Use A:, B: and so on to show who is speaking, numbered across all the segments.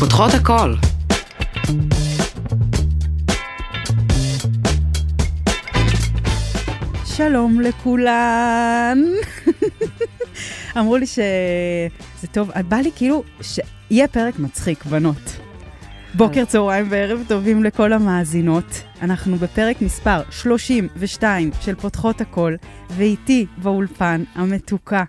A: פותחות הכל.
B: שלום לכולן. אמרו לי שזה טוב, בא לי כאילו שיהיה פרק מצחיק, בנות. בוקר, צהריים וערב טובים לכל המאזינות. אנחנו בפרק מספר 32 של פותחות הכל, ואיתי באולפן המתוקה,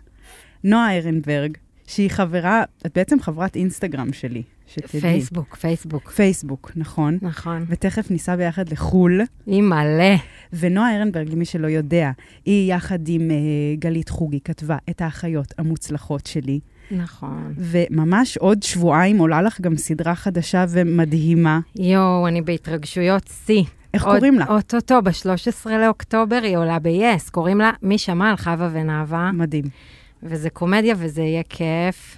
B: נועה ארנברג, שהיא חברה, את בעצם חברת אינסטגרם שלי, שתדעי.
A: פייסבוק, פייסבוק.
B: פייסבוק, נכון.
A: נכון.
B: ותכף ניסע ביחד לחו"ל.
A: היא מלא.
B: ונועה ארנברג, למי שלא יודע, היא יחד עם אה, גלית חוגי כתבה את האחיות המוצלחות שלי,
A: נכון.
B: וממש עוד שבועיים עולה לך גם סדרה חדשה ומדהימה.
A: יואו, אני בהתרגשויות שיא.
B: איך קוראים לה?
A: אוטוטו, ב-13 לאוקטובר היא עולה ב-yes, קוראים לה מי שמע על חווה ונאווה,
B: מדהים.
A: וזה קומדיה וזה יהיה כיף.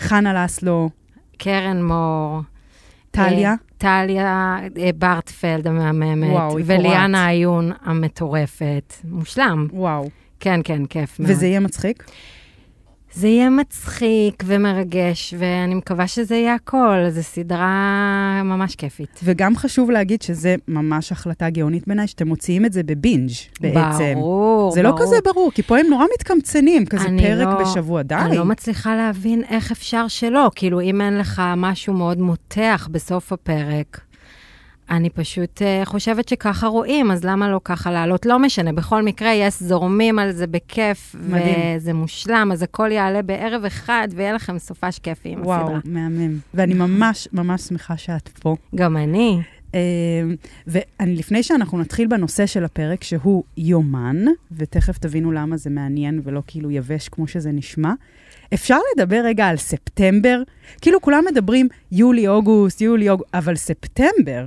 B: חנה לסלו,
A: קרן מור.
B: טליה,
A: אה, טליה אה, ברטפלד המהממת.
B: וואו, היא
A: וליאנה
B: קורעת.
A: עיון המטורפת. מושלם.
B: וואו.
A: כן, כן, כיף מאוד.
B: וזה יהיה מצחיק?
A: זה יהיה מצחיק ומרגש, ואני מקווה שזה יהיה הכל. זו סדרה ממש כיפית.
B: וגם חשוב להגיד שזה ממש החלטה גאונית בעיניי, שאתם מוציאים את זה בבינג' בעצם.
A: ברור,
B: זה לא
A: ברור.
B: כזה ברור, כי פה הם נורא מתקמצנים, כזה
A: אני
B: פרק
A: לא-
B: בשבוע, די.
A: אני לא מצליחה להבין איך אפשר שלא. כאילו, אם אין לך משהו מאוד מותח בסוף הפרק, אני פשוט אה, חושבת שככה רואים, אז למה לא ככה לעלות? לא משנה, בכל מקרה, יס זורמים על זה בכיף,
B: מדהים.
A: וזה מושלם, אז הכל יעלה בערב אחד, ויהיה לכם סופש כיפי עם
B: וואו,
A: הסדרה.
B: מהמם. ואני ממש ממש שמחה שאת פה.
A: גם אני.
B: אמ, ואני, לפני שאנחנו נתחיל בנושא של הפרק, שהוא יומן, ותכף תבינו למה זה מעניין ולא כאילו יבש כמו שזה נשמע, אפשר לדבר רגע על ספטמבר? כאילו כולם מדברים יולי-אוגוסט, יולי-אוגוסט, אבל ספטמבר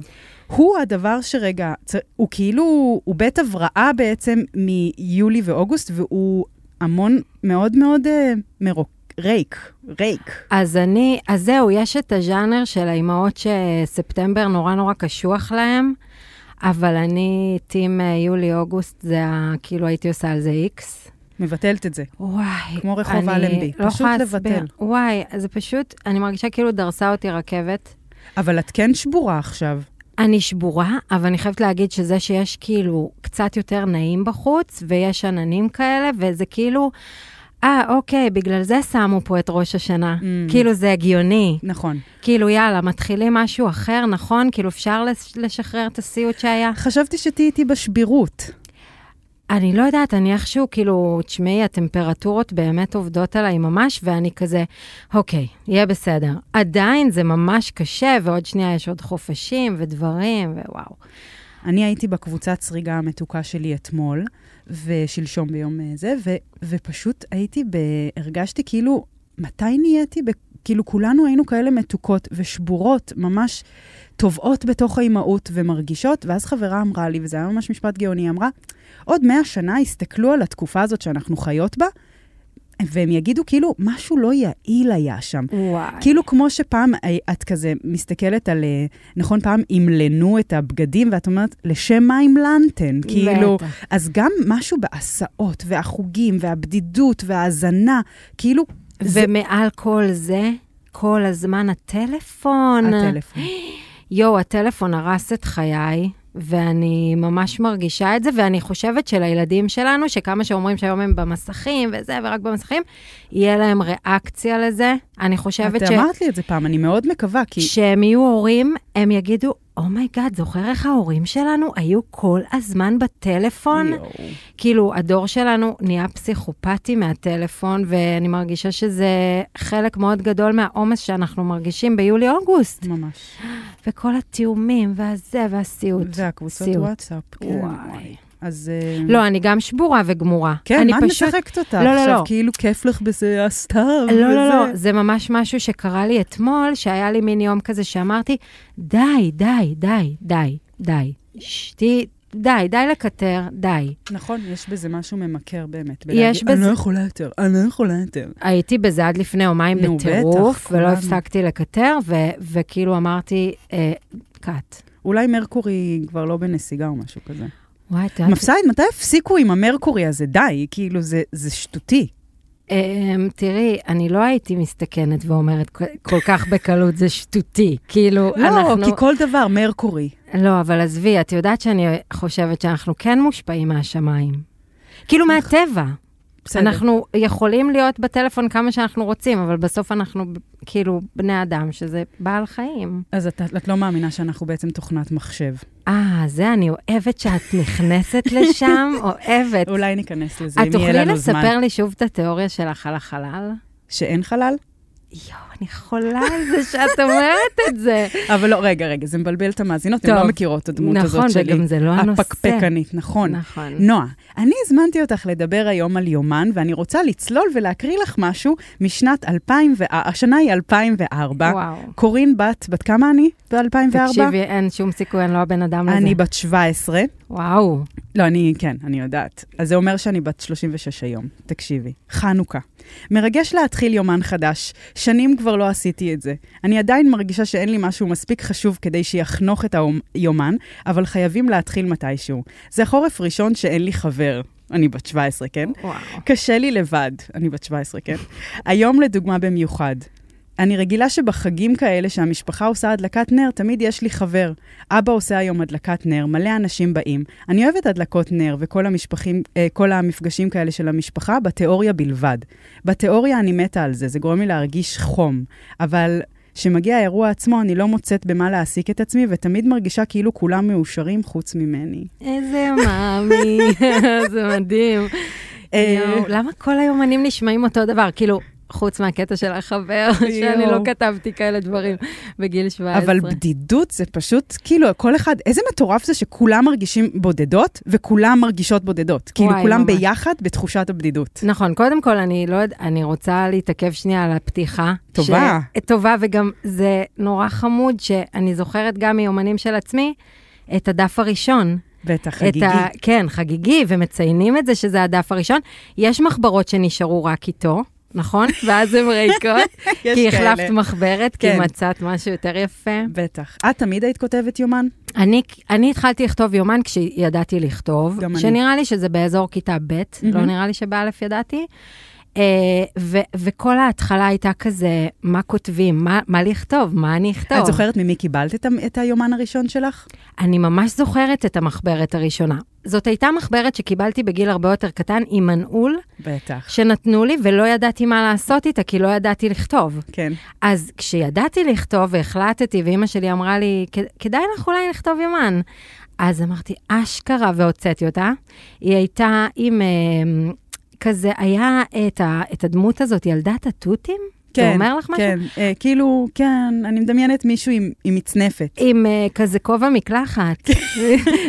B: הוא הדבר שרגע, צ- הוא כאילו, הוא בית הבראה בעצם מיולי ואוגוסט, והוא המון מאוד מאוד אה, מרוק, ריק, ריק.
A: אז אני, אז זהו, יש את הז'אנר של האימהות שספטמבר נורא נורא קשוח להם, אבל אני, טים אה, יולי-אוגוסט, זה ה- כאילו הייתי עושה על זה איקס.
B: מבטלת את זה.
A: וואי.
B: כמו רחוב אלנבי,
A: לא
B: פשוט
A: יכולה
B: לבטל.
A: להסביר. וואי, זה פשוט, אני מרגישה כאילו דרסה אותי רכבת.
B: אבל את כן שבורה עכשיו.
A: אני שבורה, אבל אני חייבת להגיד שזה שיש כאילו קצת יותר נעים בחוץ, ויש עננים כאלה, וזה כאילו, אה, אוקיי, בגלל זה שמו פה את ראש השנה.
B: Mm.
A: כאילו, זה הגיוני.
B: נכון.
A: כאילו, יאללה, מתחילים משהו אחר, נכון? כאילו, אפשר לש- לשחרר את הסיוט שהיה?
B: חשבתי שתהיי איתי בשבירות.
A: אני לא יודעת, אני איכשהו, כאילו, תשמעי, הטמפרטורות באמת עובדות עליי ממש, ואני כזה, אוקיי, יהיה בסדר. עדיין זה ממש קשה, ועוד שנייה יש עוד חופשים ודברים, ווואו.
B: אני הייתי בקבוצת סריגה המתוקה שלי אתמול, ושלשום ביום אה, זה, ו, ופשוט הייתי, ב, הרגשתי כאילו, מתי נהייתי, ב, כאילו כולנו היינו כאלה מתוקות ושבורות, ממש טובעות בתוך האימהות ומרגישות, ואז חברה אמרה לי, וזה היה ממש משפט גאוני, היא אמרה, עוד מאה שנה יסתכלו על התקופה הזאת שאנחנו חיות בה, והם יגידו כאילו, משהו לא יעיל היה שם.
A: וואי.
B: כאילו כמו שפעם אה, את כזה מסתכלת על, אה, נכון, פעם ימלנו את הבגדים, ואת אומרת, לשם מה המלנתן? כאילו,
A: בטח.
B: אז גם משהו בהסעות, והחוגים, והבדידות, וההזנה, כאילו, זה
A: ומעל כל זה, כל הזמן הטלפון.
B: הטלפון.
A: יואו, הטלפון הרס את חיי, ואני ממש מרגישה את זה, ואני חושבת שלילדים שלנו, שכמה שאומרים שהיום הם במסכים וזה, ורק במסכים, יהיה להם ריאקציה לזה. אני חושבת
B: את
A: ש...
B: אמרת לי את זה פעם, אני מאוד מקווה, כי...
A: כשהם יהיו הורים, הם יגידו, אומייגאד, זוכר איך ההורים שלנו היו כל הזמן בטלפון?
B: יואו.
A: כאילו, הדור שלנו נהיה פסיכופתי מהטלפון, ואני מרגישה שזה חלק מאוד גדול מהעומס שאנחנו מרגישים ביולי-אוגוסט.
B: ממש.
A: וכל התיאומים, והזה, והסיוט.
B: והקבוצות
A: סיוט.
B: וואטסאפ. כן,
A: וואי.
B: אז... אה,
A: לא, אני גם שבורה וגמורה.
B: כן,
A: אני
B: מה את
A: פשוט-
B: משחקת אותה?
A: לא, לא,
B: עכשיו
A: לא.
B: כאילו כיף לך בזה, הסתיו.
A: לא, לא,
B: וזה.
A: לא, זה ממש משהו שקרה לי אתמול, שהיה לי מין יום כזה שאמרתי, די, די, די, די, די. ש- ת- די, די לקטר, די.
B: נכון, יש בזה משהו ממכר באמת.
A: יש
B: בלהגיד, אני
A: בזה-
B: לא יכולה יותר, אני לא יכולה יותר.
A: הייתי בזה עד לפני יומיים
B: נו,
A: בטירוף,
B: בטח,
A: ולא
B: כולנו.
A: הפסקתי לקטר, ו- וכאילו אמרתי, אה, קאט.
B: אולי מרקורי כבר לא בנסיגה או משהו כזה.
A: אוקיי. וואי, את יודעת,
B: מפסייד, מתי הפסיקו עם המרקורי הזה? די, כאילו, זה, זה שטותי.
A: אמ, תראי, אני לא הייתי מסתכנת ואומרת כל- כל כך בקלות, זה שטותי. כאילו,
B: לא,
A: אנחנו...
B: כי כל דבר, מרקורי.
A: לא, אבל עזבי, את יודעת שאני חושבת שאנחנו כן מושפעים מהשמיים. כאילו, מהטבע.
B: בסדר.
A: אנחנו יכולים להיות בטלפון כמה שאנחנו רוצים, אבל בסוף אנחנו ב- כאילו בני אדם, שזה בעל חיים.
B: אז את, את לא מאמינה שאנחנו בעצם תוכנת מחשב.
A: אה, זה, אני אוהבת שאת נכנסת לשם, אוהבת.
B: אולי ניכנס לזה,
A: את
B: אם יהיה
A: תוכלי
B: לנו זמן.
A: לספר לי שוב את התיאוריה שלך על החלל?
B: שאין חלל?
A: יואו, אני חולה על זה שאת אומרת את זה.
B: אבל לא, רגע, רגע, זה מבלבל את המאזינות, הן
A: טוב.
B: לא מכירות את הדמות
A: נכון,
B: הזאת שלי.
A: וגם זה לא הנושא.
B: הפקפקנית, נכון.
A: נכון.
B: נועה, אני הזמנתי אותך לדבר היום על יומן, ואני רוצה לצלול ולהקריא לך משהו משנת 2000, ו- השנה היא 2004.
A: וואו.
B: קורין בת, בת כמה אני ב-2004?
A: תקשיבי, אין שום סיכוי, אני לא הבן אדם לזה.
B: אני בת 17.
A: וואו.
B: לא, אני, כן, אני יודעת. אז זה אומר שאני בת 36 היום. תקשיבי. חנוכה. מרגש להתחיל יומן חדש. שנים כבר לא עשיתי את זה. אני עדיין מרגישה שאין לי משהו מספיק חשוב כדי שיחנוך את היומן, אבל חייבים להתחיל מתישהו. זה חורף ראשון שאין לי חבר. אני בת 17, כן?
A: וואו.
B: קשה לי לבד, אני בת 17, כן? היום לדוגמה במיוחד. אני רגילה שבחגים כאלה שהמשפחה עושה הדלקת נר, תמיד יש לי חבר. אבא עושה היום הדלקת נר, מלא אנשים באים. אני אוהבת הדלקות נר וכל המשפחים, אה, כל המפגשים כאלה של המשפחה, בתיאוריה בלבד. בתיאוריה אני מתה על זה, זה גורם לי להרגיש חום. אבל כשמגיע האירוע עצמו, אני לא מוצאת במה להעסיק את עצמי, ותמיד מרגישה כאילו כולם מאושרים חוץ ממני.
A: איזה מאמי, זה מדהים.
B: אה,
A: יואו, למה כל היומנים נשמעים אותו דבר? כאילו, חוץ מהקטע של החבר, שאני לא
B: יואו.
A: כתבתי כאלה דברים בגיל 17.
B: אבל בדידות זה פשוט, כאילו, כל אחד, איזה מטורף זה שכולם מרגישים בודדות, וכולם מרגישות בודדות. כאילו,
A: וואי,
B: כולם
A: ממש.
B: ביחד בתחושת הבדידות.
A: נכון, קודם כל, אני לא יודע, אני רוצה להתעכב שנייה על הפתיחה.
B: טובה.
A: ש... אה, טובה, וגם זה נורא חמוד שאני זוכרת גם מיומנים של עצמי את הדף הראשון.
B: בטח, חגיגי.
A: את ה... כן, חגיגי, ומציינים את זה שזה הדף הראשון. יש מחברות שנשארו רק איתו, נכון? ואז הן ריקות,
B: יש
A: כי
B: כאלה.
A: החלפת מחברת, כי
B: כן.
A: מצאת משהו יותר יפה.
B: בטח. את תמיד היית כותבת יומן?
A: אני, אני התחלתי לכתוב יומן כשידעתי לכתוב,
B: גם אני.
A: שנראה לי שזה באזור כיתה ב', לא נראה לי שבאלף ידעתי. אה, ו- וכל ההתחלה הייתה כזה, מה כותבים, מה, מה לכתוב, מה אני אכתוב.
B: את זוכרת ממי קיבלת את, ה- את היומן הראשון שלך?
A: אני ממש זוכרת את המחברת הראשונה. זאת הייתה מחברת שקיבלתי בגיל הרבה יותר קטן, עם מנעול,
B: בטח.
A: שנתנו לי ולא ידעתי מה לעשות איתה, כי לא ידעתי לכתוב.
B: כן.
A: אז כשידעתי לכתוב והחלטתי, ואימא שלי אמרה לי, "כ- כדאי לך אולי לכתוב יומן. אז אמרתי, אשכרה, והוצאתי אותה. היא הייתה עם אה, כזה, היה את, ה, את הדמות הזאת, ילדת התותים? זה אומר לך משהו?
B: כן, אה, כאילו, כן, אני מדמיינת מישהו עם, עם מצנפת.
A: עם אה, כזה כובע מקלחת
B: כן.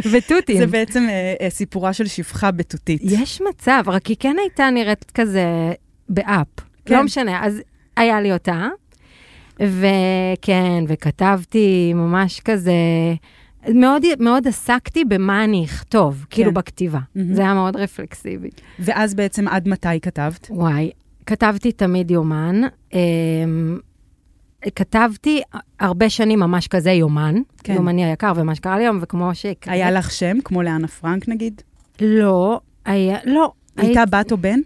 B: זה
A: ותותים.
B: בעצם אה, אה, סיפורה של שפחה בתותית.
A: יש מצב, רק היא כן הייתה נראית כזה באפ.
B: כן.
A: לא משנה, אז היה לי אותה, וכן, וכתבתי ממש כזה, מאוד, מאוד עסקתי במה אני אכתוב, כאילו בכתיבה.
B: כן. מהמם.
A: זה היה מאוד רפלקסיבי.
B: ואז בעצם עד מתי כתבת?
A: וואי, כתבתי תמיד יומן. אמ, כתבתי הרבה שנים ממש כזה יומן,
B: כן.
A: כן. יומני היקר ומה שקרה לי היום, וכמו ש...
B: היה לך שם, כמו לאנה פרנק נגיד?
A: לא, היה, לא.
B: הייתה
A: היית-
B: בת או בן?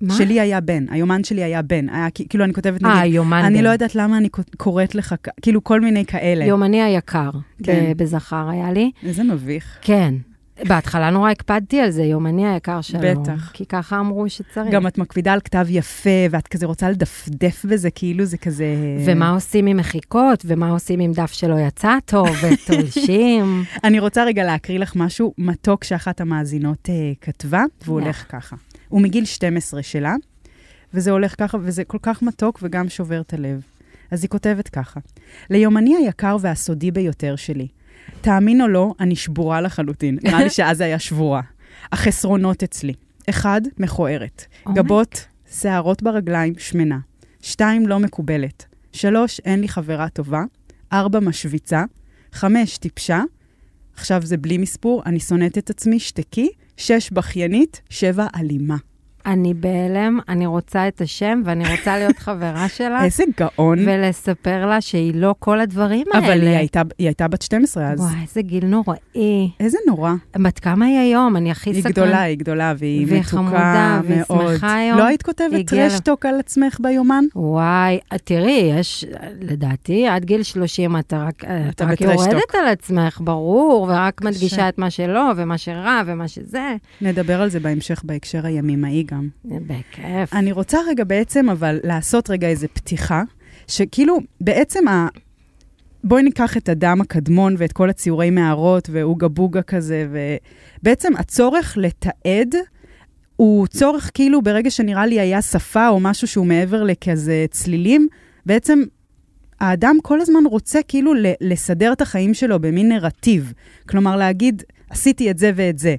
A: מה?
B: שלי היה בן, היומן שלי היה בן. היה, כ- כאילו, אני כותבת,
A: אה,
B: נגיד,
A: יומן.
B: אני
A: בן.
B: לא יודעת למה אני כ- קוראת לך, כ- כאילו, כל מיני כאלה.
A: יומני היקר,
B: כן.
A: כן. בזכר היה לי.
B: איזה מביך.
A: כן. בהתחלה נורא הקפדתי על זה, יומני היקר שלו.
B: בטח.
A: כי ככה אמרו שצריך.
B: גם את מקפידה על כתב יפה, ואת כזה רוצה לדפדף בזה, כאילו, זה כזה...
A: ומה עושים עם מחיקות, ומה עושים עם דף שלא יצא טוב, ותולשים.
B: אני רוצה רגע להקריא לך משהו מתוק שאחת המאזינות אה, כתבה, והוא
A: יאללה.
B: הולך ככה. הוא מגיל 12 שלה, וזה הולך ככה, וזה כל כך מתוק וגם שובר את הלב. אז היא כותבת ככה: ליומני היקר והסודי ביותר שלי. תאמין או לא, אני שבורה לחלוטין. נראה לי שאז היה שבורה. החסרונות אצלי. אחד, מכוערת.
A: Oh my
B: גבות, שערות ברגליים, שמנה. שתיים, לא מקובלת. שלוש, אין לי חברה טובה. ארבע, משוויצה. חמש, טיפשה. עכשיו זה בלי מספור, אני שונאת את עצמי, שתקי. שש, בכיינית. שבע, אלימה.
A: אני בהלם, אני רוצה את השם ואני רוצה להיות חברה שלה.
B: איזה גאון.
A: ולספר לה שהיא לא כל הדברים האלה.
B: אבל היא הייתה, היא הייתה בת 12 אז.
A: וואי, איזה גיל נוראי.
B: איזה נורא.
A: בת כמה היא היום? אני הכי
B: היא
A: סקרנית.
B: גדולה, היא גדולה, והיא
A: והיא
B: מתוקה מאוד.
A: חמודה, והיא שמחה היום.
B: לא היית
A: היא
B: כותבת
A: הגיעה ל-
B: טרשטוק על עצמך ביומן?
A: וואי, תראי, יש, לדעתי, עד גיל 30 אתה רק,
B: אתה
A: אתה רק
B: בטרשטוק.
A: יורדת על עצמך, ברור, ורק
B: קשה.
A: מדגישה את מה שלא, ומה שרע, ומה שזה.
B: נדבר על זה בהמשך בהקשר הימימאי גם.
A: בכיף.
B: אני רוצה רגע בעצם, אבל לעשות רגע איזה פתיחה, שכאילו, בעצם ה... בואי ניקח את אדם הקדמון ואת כל הציורי מערות ואוגה בוגה כזה, ובעצם הצורך לתעד הוא צורך כאילו ברגע שנראה לי היה שפה או משהו שהוא מעבר לכזה צלילים, בעצם האדם כל הזמן רוצה כאילו ל- לסדר את החיים שלו במין נרטיב. כלומר, להגיד, עשיתי את זה ואת זה.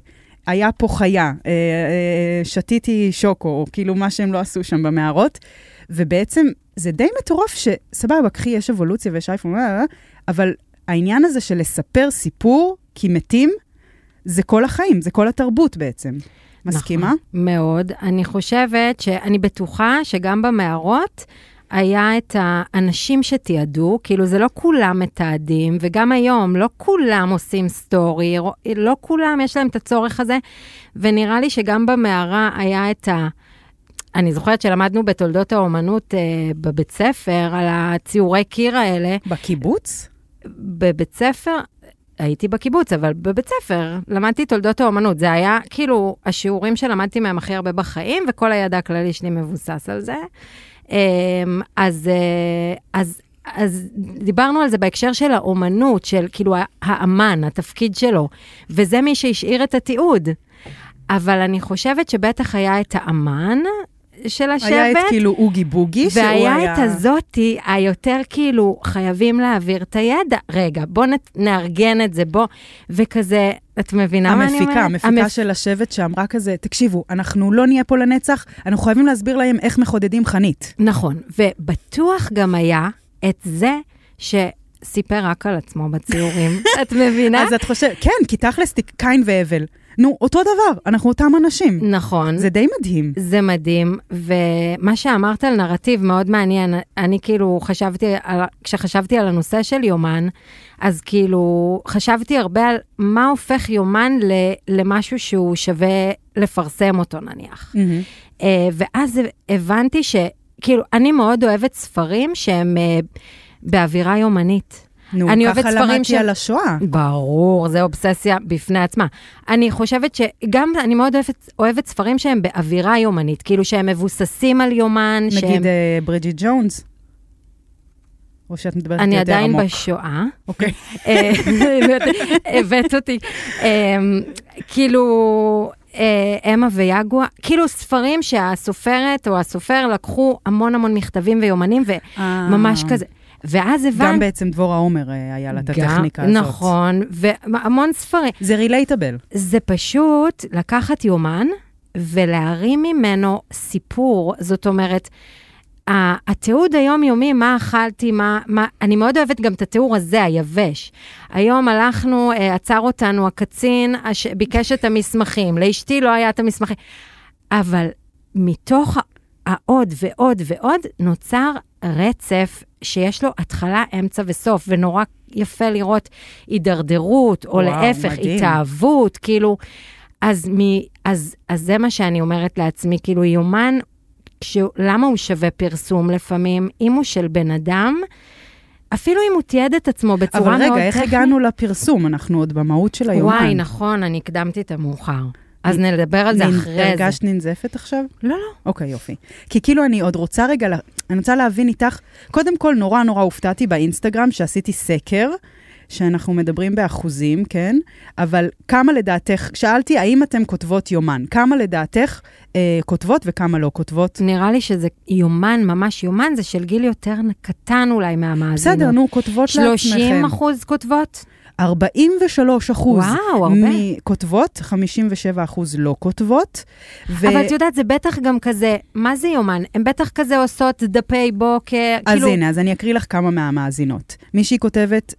B: היה פה חיה, אה, אה, שתיתי שוקו, או כאילו מה שהם לא עשו שם במערות. ובעצם זה די מטורף שסבבה, קחי, יש אבולוציה ויש אייפון, לא, לא, לא, אבל העניין הזה של לספר סיפור כי מתים, זה כל החיים, זה כל התרבות בעצם. מסכימה?
A: נכון, מאוד. אני חושבת שאני בטוחה שגם במערות היה את האנשים שתיעדו, כאילו זה לא כולם מתעדים, וגם היום לא כולם עושים סטורי, רוא- לא כולם יש להם את הצורך הזה, ונראה לי שגם במערה היה את ה... אני זוכרת שלמדנו בתולדות האומנות אה, בבית ספר על הציורי קיר האלה,
B: בקיבוץ?
A: בבית ספר, הייתי בקיבוץ, אבל בבית ספר למדתי תולדות האומנות. זה היה כאילו השיעורים שלמדתי מהם הכי הרבה בחיים, וכל הידע הכללי שלי מבוסס על זה. אמ, אז, אה, אז, אז דיברנו על זה בהקשר של האומנות, של כאילו ה- האמן, התפקיד שלו, וזה מי שהשאיר את התיעוד. אבל אני חושבת שבטח היה את האמן של השבט.
B: היה את כאילו אוגי בוגי, שהוא היה...
A: והיה את הזאתי היותר כאילו, חייבים להעביר את הידע. רגע, בוא נ- נארגן את זה, בוא. וכזה, את מבינה מה אני אומרת?
B: המפיקה, המפיקה של השבט שאמרה כזה, תקשיבו, אנחנו לא נהיה פה לנצח, אנחנו חייבים להסביר להם איך מחודדים חנית.
A: נכון, ובטוח גם היה את זה שסיפר רק על עצמו בציורים. את מבינה?
B: אז את חושבת, כן, כי תכלס תיק- קין והבל. נו, אותו דבר, אנחנו אותם אנשים.
A: נכון.
B: זה די מדהים.
A: זה מדהים, ומה שאמרת על נרטיב מאוד מעניין. אני כאילו חשבתי, על, כשחשבתי על הנושא של יומן, אז כאילו חשבתי הרבה על מה הופך יומן ל, למשהו שהוא שווה לפרסם אותו נניח.
B: מהמם.
A: אה, ואז הבנתי שכאילו, אני מאוד אוהבת ספרים שהם אה, באווירה יומנית.
B: נו,
A: אני אוהבת
B: ככה
A: ספרים
B: למדתי
A: של-
B: על השואה.
A: ברור, זה אובססיה בפני עצמה. אני חושבת שגם, אני מאוד אוהבת, אוהבת ספרים שהם באווירה יומנית, כאילו שהם מבוססים על יומן, Mm-hmm. שהם...
B: נגיד אה, ברידג'יט ג'ונס. או שאת מדברת
A: אני
B: יותר
A: עדיין
B: עמוק.
A: בשואה.
B: אוקיי.
A: אה, הבאת אותי. אה, כאילו, אה, אמה ויגווה, כאילו ספרים שהסופרת או הסופר לקחו המון המון מכתבים ויומנים, וממש
B: אה,
A: כזה. ואז
B: גם
A: הבנתי...
B: בעצם דבורה עומר אה, היה לה את
A: גם-
B: הטכניקה הזאת.
A: נכון, והמון ספרים.
B: זה רילייטבל.
A: זה פשוט לקחת יומן ולהרים ממנו סיפור. זאת אומרת, ה- התיעוד היומיומי, מה אכלתי, מה, מה... אני מאוד אוהבת גם את התיאור הזה, היבש. היום הלכנו, אה, עצר אותנו הקצין, הש... ביקש את המסמכים. לאשתי לא היה את המסמכים. אבל מתוך ה- העוד ועוד ועוד, נוצר רצף שיש לו התחלה, אמצע וסוף, ונורא יפה לראות הידרדרות, או
B: וואו,
A: להפך,
B: מדהים.
A: התאהבות, כאילו... אז, מ, אז, אז זה מה שאני אומרת לעצמי, כאילו, יומן, כש, למה הוא שווה פרסום לפעמים? אם הוא של בן אדם, אפילו אם הוא תיעד את עצמו בצורה מאוד
B: אבל
A: טכנית...
B: רגע, איך הגענו לפרסום? אנחנו עוד במהות של היומן.
A: וואי, נכון, אני הקדמתי את המאוחר. אז נדבר על זה
B: נ-
A: אחרי זה.
B: הרגשת ננזפת עכשיו?
A: לא,
B: אוקיי, יופי. כי כאילו אני עוד רוצה רגע, לה- אני רוצה להבין איתך, קודם כל נורא נורא הופתעתי באינסטגרם שעשיתי סקר, שאנחנו מדברים באחוזים, כן? אבל כמה לדעתך, שאלתי האם אתן כותבות יומן, כמה לדעתך אה, כותבות וכמה לא כותבות?
A: נראה לי שזה יומן, ממש יומן, זה של גיל יותר קטן אולי מהמאזינות.
B: בסדר, נו, כותבות
A: 30
B: לעצמכם.
A: אחוז כותבות?
B: 43 אחוז.
A: וואו, הרבה.
B: מכותבות, 57 אחוז לא כותבות. ו...
A: אבל את יודעת, זה בטח גם כזה, מה זה יומן? הן בטח כזה עושות דפי בוקר,
B: אז
A: כאילו...
B: הנה, אז אני אקריא לך כמה מהמאזינות. מישהי כותבת,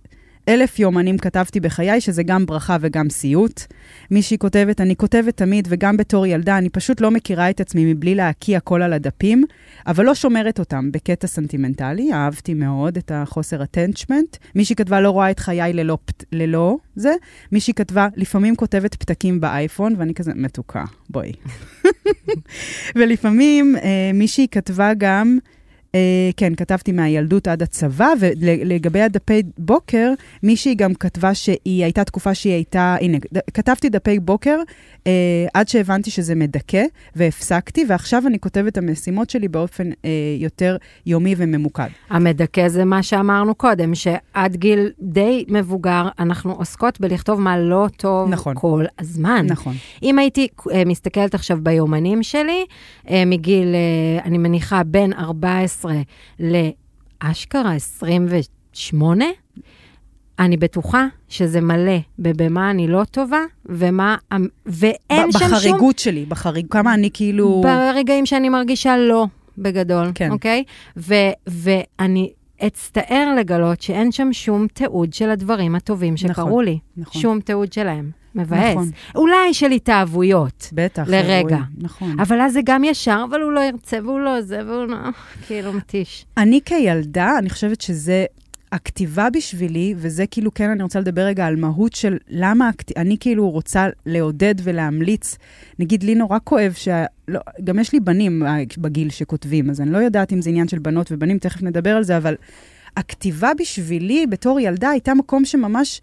B: אלף יומנים כתבתי בחיי, שזה גם ברכה וגם סיוט. מישהי כותבת, אני כותבת תמיד, וגם בתור ילדה, אני פשוט לא מכירה את עצמי מבלי להקיא הכל על הדפים, אבל לא שומרת אותם בקטע סנטימנטלי. אהבתי מאוד את החוסר הטנצ'מנט. מישהי כתבה, לא רואה את חיי ללא, פת- ללא זה. מישהי כתבה, לפעמים כותבת פתקים באייפון, ואני כזה, מתוקה, בואי. ולפעמים אה, מישהי כתבה גם, אה, כן, כתבתי מהילדות עד הצבא, ולגבי הדפי בוקר, מישהי גם כתבה שהיא הייתה תקופה שהיא הייתה, הנה, ד- כתבתי דפי בוקר אה, עד שהבנתי שזה מדכא, והפסקתי, ועכשיו אני כותבת את המשימות שלי באופן אה, יותר יומי וממוקד.
A: המדכא זה מה שאמרנו קודם, שעד גיל די מבוגר, אנחנו עוסקות בלכתוב מה לא טוב
B: נכון.
A: כל הזמן.
B: נכון.
A: אם הייתי אה, מסתכלת עכשיו ביומנים שלי, אה, מגיל, אה, אני מניחה, בין 14 לאשכרה 28, אני בטוחה שזה מלא בבמה אני לא טובה, ומה, המ- ואין
B: ב-
A: שם שום...
B: בחריגות שלי, בחריג, כמה אני כאילו...
A: ברגעים שאני מרגישה לא, בגדול,
B: כן.
A: כן. אוקיי? ו, ואני אצטער לגלות שאין שם שום תיעוד של הדברים הטובים שקרו
B: נכון,
A: לי.
B: נכון.
A: שום תיעוד שלהם. מבאס.
B: נכון.
A: נכון. אולי של התאהבויות.
B: בטח.
A: לרגע.
B: אירועים, נכון.
A: אבל אז זה גם ישר, אבל הוא לא ירצה, והוא לא זה, והוא לא... כאילו מתיש.
B: אני כילדה, אני חושבת שזה... הכתיבה בשבילי, וזה כאילו, כן, אני רוצה לדבר רגע על מהות של למה הכת... אני כאילו רוצה לעודד ולהמליץ. נגיד, לי נורא כואב שה... לא, גם יש לי בנים אה, בגיל שכותבים, אז אני לא יודעת אם זה עניין של בנות ובנים, תכף נדבר על זה, אבל הכתיבה בשבילי בתור ילדה הייתה מקום שממש...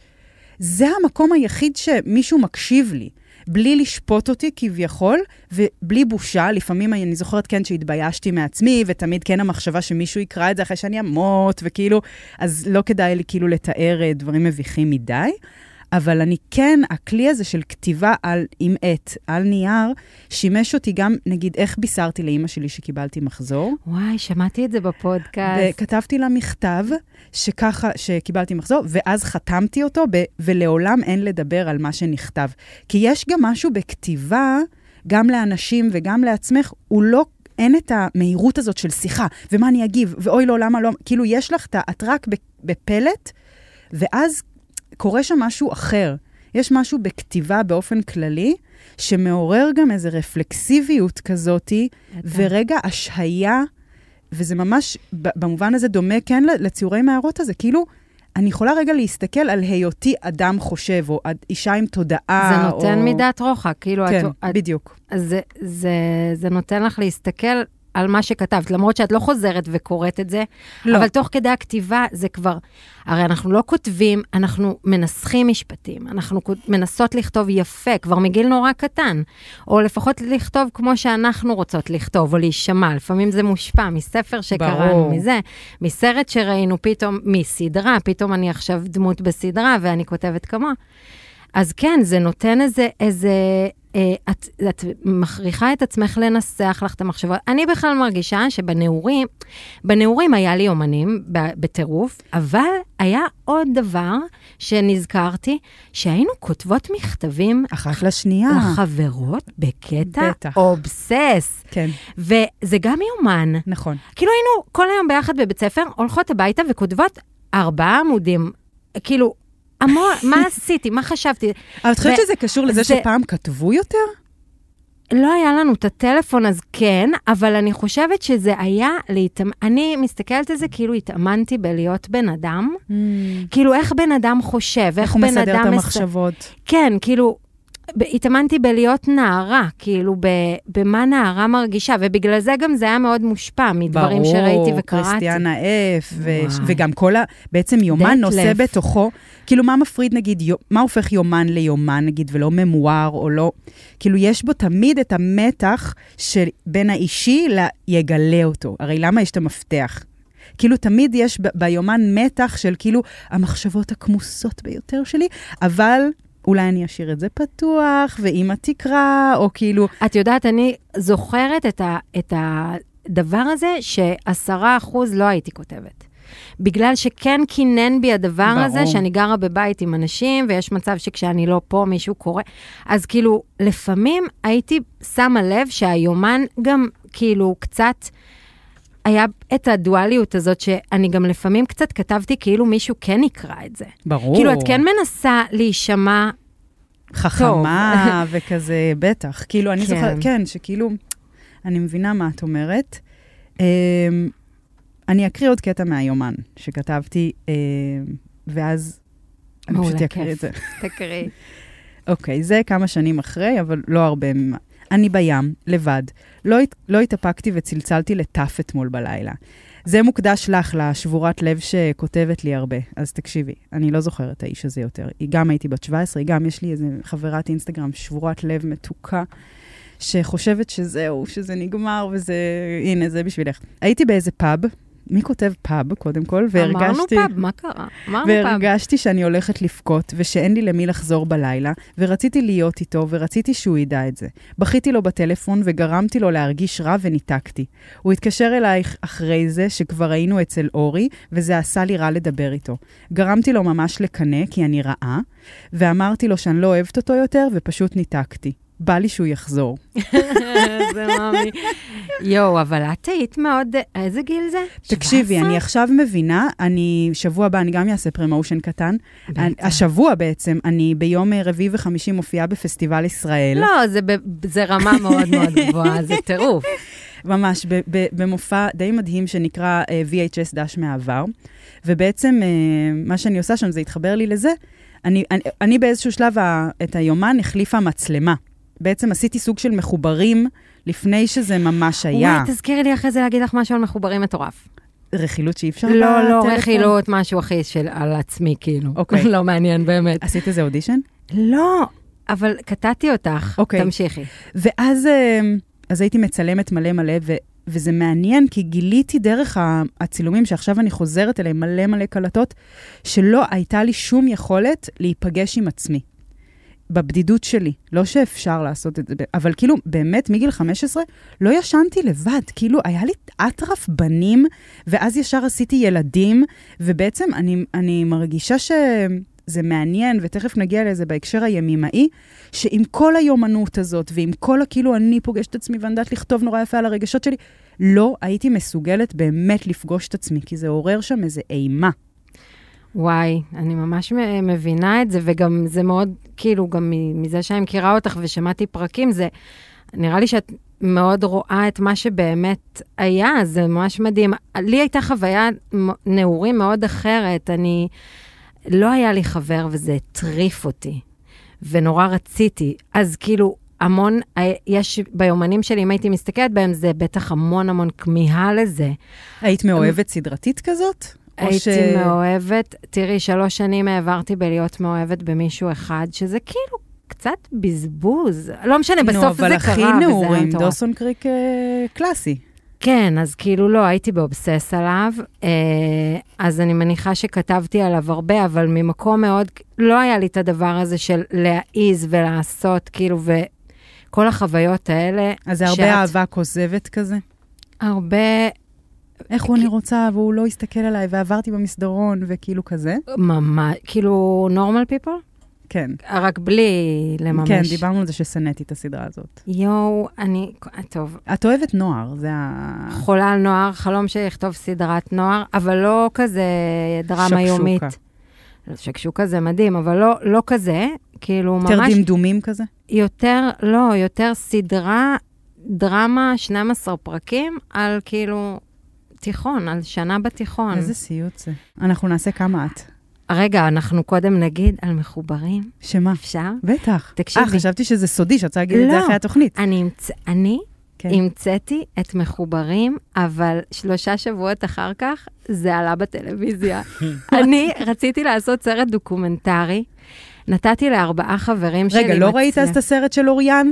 B: זה המקום היחיד שמישהו מקשיב לי. בלי לשפוט אותי כביכול, ובלי בושה, לפעמים אני זוכרת כן שהתביישתי מעצמי, ותמיד כן המחשבה שמישהו יקרא את זה אחרי שאני אמות, וכאילו, אז לא כדאי לי כאילו לתאר אה, דברים מביכים מדי. אבל אני כן, הכלי הזה של כתיבה על, עם עט, על נייר, שימש אותי גם, נגיד, איך בישרתי לאימא שלי שקיבלתי מחזור.
A: וואי, שמעתי את זה בפודקאסט.
B: וכתבתי לה מכתב שככה, שקיבלתי מחזור, ואז חתמתי אותו ב- ולעולם אין לדבר על מה שנכתב. כי יש גם משהו בכתיבה, גם לאנשים וגם לעצמך, הוא לא... אין את המהירות הזאת של שיחה, ומה אני אגיב, ואוי לא, למה לא, כאילו יש לך את ה... את רק ב- בפלט, ואז קורה שם משהו אחר. יש משהו בכתיבה באופן כללי, שמעורר גם איזו רפלקסיביות כזאתי, ורגע השהיה, וזה ממש, ב- במובן הזה דומה כן ל- לציורי מערות הזה, כאילו, אני יכולה רגע להסתכל על היותי אדם חושב, או עד- אישה עם תודעה,
A: זה נותן
B: או...
A: מידת רוחק, כאילו,
B: כן,
A: את,
B: בדיוק.
A: זה, זה, זה נותן לך להסתכל על מה שכתבת, למרות שאת לא חוזרת וקוראת את זה,
B: לא.
A: לא. אבל תוך כדי הכתיבה זה כבר, הרי אנחנו לא כותבים, אנחנו מנסחים משפטים, אנחנו כות- מנסות לכתוב יפה, כבר מגיל נורא קטן, או לפחות לכתוב כמו שאנחנו רוצות לכתוב, או להישמע, לפעמים זה מושפע מספר שקראנו,
B: ברור.
A: מזה, מסרט שראינו פתאום, מסדרה, פתאום אני עכשיו דמות בסדרה ואני כותבת כמוה. אז כן, זה נותן איזה, איזה, אה, את, את מכריחה את עצמך לנסח לך את המחשבות. אני בכלל מרגישה שבנעורים, בנעורים היה לי אומנים ב- בטירוף, אבל היה עוד דבר שנזכרתי, שהיינו כותבות מכתבים
B: אחת לשנייה.
A: לחברות בקטע
B: אה. בטח.
A: אובסס.
B: כן,
A: וזה גם יומן.
B: נכון.
A: כאילו היינו כל היום ביחד בבית ספר, הולכות הביתה וכותבות ארבעה עמודים. כאילו, המון, מה עשיתי? מה חשבתי?
B: אבל את חושבת
A: ו-
B: שזה קשור לזה
A: זה- Mm.
B: שפעם כתבו יותר?
A: לא היה לנו את הטלפון, אז כן, אבל אני חושבת שזה היה להתאמ... אני מסתכלת על זה כאילו התאמנתי בלהיות בן אדם. כאילו, איך בן אדם חושב, איך,
B: איך הוא
A: בן
B: מסדר
A: אדם...
B: את
A: מס-
B: המחשבות?
A: כן, כאילו, ב- התאמנתי בלהיות נערה, כאילו, ב... במה נערה מרגישה, ובגלל זה גם זה היה מאוד מושפע מדברים שראיתי
B: ברור,
A: וקראתי.
B: קריסטיאנה אף, ו-
A: וואי.
B: וגם כל ה... בעצם יומן
A: דטלף.
B: נושא בתוכו, כאילו, מה מפריד, נגיד, יו- מה הופך יומן ליומן, נגיד, ולא ממואר, או לא... כאילו, יש בו תמיד את המתח של בין האישי ליגלה אותו. הרי למה יש את המפתח? כאילו, תמיד יש ב- ביומן מתח של כאילו המחשבות הכמוסות ביותר שלי, אבל... אולי אני אשאיר את זה פתוח, ואמא תקרא, או כאילו...
A: את יודעת, אני זוכרת את, ה, את הדבר הזה שעשרה אחוז לא הייתי כותבת. בגלל שכן קינן בי הדבר
B: ברור.
A: ברור. הזה, שאני גרה בבית עם אנשים, ויש מצב שכשאני לא פה מישהו קורא. אז כאילו, לפעמים הייתי שמה לב שהיומן גם כאילו קצת... היה את הדואליות הזאת, שאני גם לפעמים קצת כתבתי כאילו מישהו כן יקרא את זה.
B: ברור.
A: כאילו, את כן מנסה להישמע
B: חכמה וכזה, בטח. כאילו, אני
A: כן.
B: זוכרת, כן, שכאילו, אני מבינה מה את אומרת. אמ, אני אקריא עוד קטע מהיומן שכתבתי, אמ, ואז אני
A: מעולה,
B: פשוט אקריא
A: כיף.
B: את זה.
A: תקראי.
B: אוקיי, זה כמה שנים אחרי, אבל לא הרבה ממה. אני בים, לבד. לא, הת- לא התאפקתי וצלצלתי לטף אתמול בלילה. זה מוקדש לך, לשבורת לב שכותבת לי הרבה. אז תקשיבי, אני לא זוכרת את האיש הזה יותר. היא גם הייתי בת 17, היא גם, יש לי איזה חברת אינסטגרם, שבורת לב מתוקה, שחושבת שזהו, שזה נגמר, וזה... הנה, זה בשבילך. הייתי באיזה פאב, מי כותב פאב, קודם כל? והרגשתי...
A: אמרנו פאב, מה קרה? אמרנו פאב.
B: והרגשתי שאני הולכת לבכות, ושאין לי למי לחזור בלילה, ורציתי להיות איתו, ורציתי שהוא ידע את זה. בכיתי לו בטלפון, וגרמתי לו להרגיש רע, וניתקתי. הוא התקשר אליי אחרי זה, שכבר היינו אצל אורי, וזה עשה לי רע לדבר איתו. גרמתי לו ממש לקנא, כי אני רעה, ואמרתי לו שאני לא אוהבת אותו יותר, ופשוט ניתקתי. בא לי שהוא יחזור.
A: זה מאמי. יואו, אבל את היית מאוד... איזה גיל זה?
B: תקשיבי,
A: 17?
B: אני עכשיו מבינה, אני, שבוע הבא אני גם אעשה פרמושן קטן. אני,
A: בטח.
B: השבוע בעצם, אני ביום אה, רביעי וחמישי מופיעה בפסטיבל ישראל.
A: לא, זה ב- זה רמה מאוד מאוד גבוהה, זה טירוף.
B: ממש, ב- ב- במופע די מדהים שנקרא אה, VHS דש מהעבר. ובעצם אה, מה שאני עושה שם, זה התחבר לי לזה, אני, אני, אני באיזשהו שלב, ה, את היומן החליפה מצלמה. בעצם עשיתי סוג של מחוברים לפני שזה ממש היה.
A: וואי, תזכירי לי אחרי זה להגיד לך משהו על מחוברים מטורף.
B: רכילות שאי אפשר
A: לא, לא,
B: בטלפון?
A: רכילות, משהו הכי של על עצמי, כאילו.
B: אוקיי.
A: לא מעניין באמת.
B: עשית איזה אודישן?
A: לא, אבל קטעתי אותך.
B: אוקיי.
A: תמשיכי.
B: ואז אה, אז הייתי מצלמת מלא מלא, ו, וזה מעניין, כי גיליתי דרך ה- הצילומים, שעכשיו אני חוזרת אליהם מלא מלא קלטות, שלא הייתה לי שום יכולת להיפגש עם עצמי. בבדידות שלי, לא שאפשר לעשות את זה, אבל כאילו, באמת, מגיל 15 לא ישנתי לבד, כאילו, היה לי אטרף בנים, ואז ישר עשיתי ילדים, ובעצם אני, אני מרגישה שזה מעניין, ותכף נגיע לזה בהקשר הימימאי, שעם כל היומנות הזאת, ועם כל הכאילו אני פוגשת את עצמי ואני יודעת לכתוב נורא יפה על הרגשות שלי, לא הייתי מסוגלת באמת לפגוש את עצמי, כי זה עורר שם איזו אימה.
A: וואי, אני ממש מ- מבינה את זה, וגם זה מאוד, כאילו, גם מ- מזה שאני מכירה אותך ושמעתי פרקים, זה נראה לי שאת מאוד רואה את מה שבאמת היה, זה ממש מדהים. לי הייתה חוויה מ- נעורים מאוד אחרת, אני, לא היה לי חבר וזה הטריף אותי, ונורא רציתי. אז כאילו, המון, אה, יש ביומנים שלי, אם הייתי מסתכלת בהם, זה בטח המון המון כמיהה לזה.
B: היית מאוהבת סדרתית כזאת? או
A: הייתי
B: ש-
A: ש... מאוהבת, תראי, שלוש שנים העברתי בלהיות מאוהבת במישהו אחד, שזה כאילו קצת בזבוז. לא משנה,
B: נו,
A: בסוף זה קרה,
B: כאילו, אבל
A: וזה
B: הכי
A: היה
B: נעורים,
A: מטורף.
B: דוסון קריק אה, קלאסי.
A: כן, אז כאילו לא, הייתי באובסס עליו, אה, אז אני מניחה שכתבתי עליו הרבה, אבל ממקום מאוד, לא היה לי את הדבר הזה של להעיז ולעשות, כאילו, וכל החוויות האלה.
B: אז זה הרבה
A: שאת-
B: אהבה כוזבת כזה.
A: הרבה,
B: איך הוא אני רוצה, והוא לא הסתכל עליי, ועברתי במסדרון, וכאילו כזה.
A: ממש, כאילו, נורמל פיפול?
B: כן.
A: רק בלי לממש.
B: כן, דיברנו על זה ששנאתי את הסדרה הזאת.
A: יואו, אני, טוב,
B: את אוהבת נוער, זה ה...
A: חולה על נוער, חלום שלי לכתוב סדרת נוער, אבל לא כזה דרמה
B: שקשוקה.
A: יומית. שקשוקה זה מדהים, אבל לא, לא כזה, כאילו
B: יותר
A: ממש
B: דמדומים כזה?
A: יותר, לא, יותר סדרה, דרמה, 12 פרקים, על כאילו תיכון, על שנה בתיכון.
B: איזה סיוט זה. אנחנו נעשה כמה את.
A: רגע, אנחנו קודם נגיד על מחוברים,
B: שמה?
A: אפשר?
B: בטח.
A: תקשיבי.
B: אה, חשבתי שזה סודי, שאת רוצה להגיד את זה
A: לא.
B: אחרי התוכנית.
A: אני, אמצ... אני
B: כן.
A: המצאתי את מחוברים, אבל שלושה שבועות אחר כך זה עלה בטלוויזיה. אני רציתי לעשות סרט דוקומנטרי, נתתי לארבעה חברים שלי
B: רגע, לא ראית אז את
A: מצלם.
B: הסרט של אוריאן?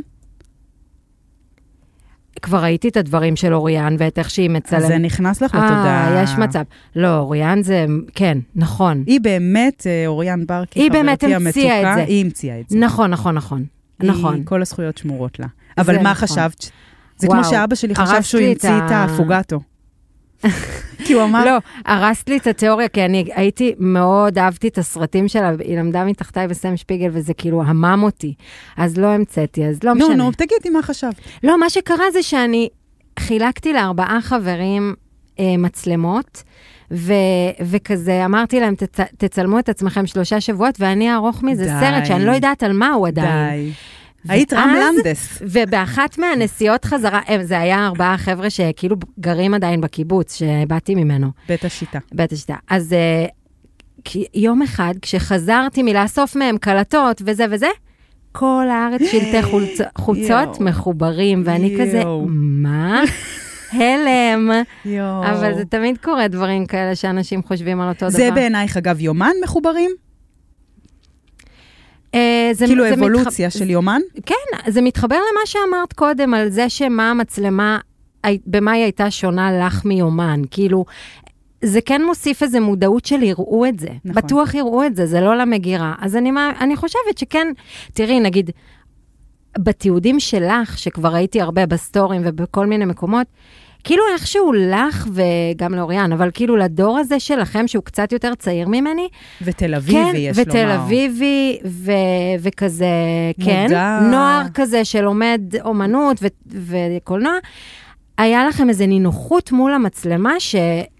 A: כבר ראיתי את הדברים של אוריאן ואת איך שהיא
B: אז זה
A: מצלמת.
B: נכנס לך לתודעה.
A: אה, יש מצב. לא, אוריאן זה, כן, נכון.
B: היא באמת, אה, אוריאן ברקי,
A: היא
B: חברתי
A: באמת
B: המתוקה,
A: המציאה את זה.
B: היא המציאה את זה.
A: נכון, נכון, נכון. נכון.
B: היא, כל הזכויות שמורות לה. אבל מה
A: נכון.
B: חשבת? זה
A: וואו,
B: כמו שאבא שלי חשב
A: הרסת
B: שהוא
A: לי את
B: המציא את
A: ה-
B: הפוגטו. כי הוא אמר,
A: לא, הרסת לי את התיאוריה, כי אני הייתי מאוד אהבתי את הסרטים שלה, היא למדה מתחתיי בסם שפיגל, וזה כאילו המם אותי. אז לא המצאתי, אז לא
B: נו,
A: משנה.
B: נו, תגידי מה חשבת.
A: לא, מה שקרה זה שאני חילקתי לארבעה חברים אה, מצלמות, ו, וכזה אמרתי להם, "תצ- תצלמו את עצמכם שלושה שבועות, ואני אערוך מזה
B: די.
A: סרט שאני לא יודעת על מה הוא עדיין.
B: די. היית רם
A: ואז-
B: למדס.
A: ובאחת מהנסיעות חזרה, הם, זה היה ארבעה חבר'ה שכאילו גרים עדיין בקיבוץ, שבאתי ממנו,
B: בית השיטה.
A: בית השיטה. אז אה, כי- יום אחד, כשחזרתי מלאסוף מהם קלטות וזה וזה, כל הארץ שלטי חולצ... חוצות
B: יואו.
A: מחוברים, ואני כזה,
B: יואו.
A: מה? הלם.
B: יואו.
A: אבל זה תמיד קורה דברים כאלה שאנשים חושבים על אותו
B: זה
A: דבר.
B: בעינייך, אגב, יומן מחוברים?
A: אה, זה
B: כאילו
A: זה מתח-
B: אבולוציה של יומן?
A: כן, זה מתחבר למה שאמרת קודם, על זה שמה המצלמה, הי- במה היא הייתה שונה לך מיומן. כאילו, זה כן מוסיף איזו מודעות של יראו את זה.
B: נכון.
A: נכון. בטוח יראו את זה, זה לא למגירה. אז אני, מה- אני חושבת שכן, תראי, נגיד, בתיעודים שלך, שכבר ראיתי הרבה בסטורים ובכל מיני מקומות, כאילו איכשהו לך וגם לאוריאן, אבל כאילו לדור הזה שלכם, שהוא קצת יותר צעיר ממני,
B: ותל אביבי, יש לומר.
A: כן, ותל אביבי, ו- וכזה,
B: מודע.
A: כן, נוער כזה שלומד אומנות ו- וקולנוע, היה לכם איזו נינוחות מול המצלמה, ש-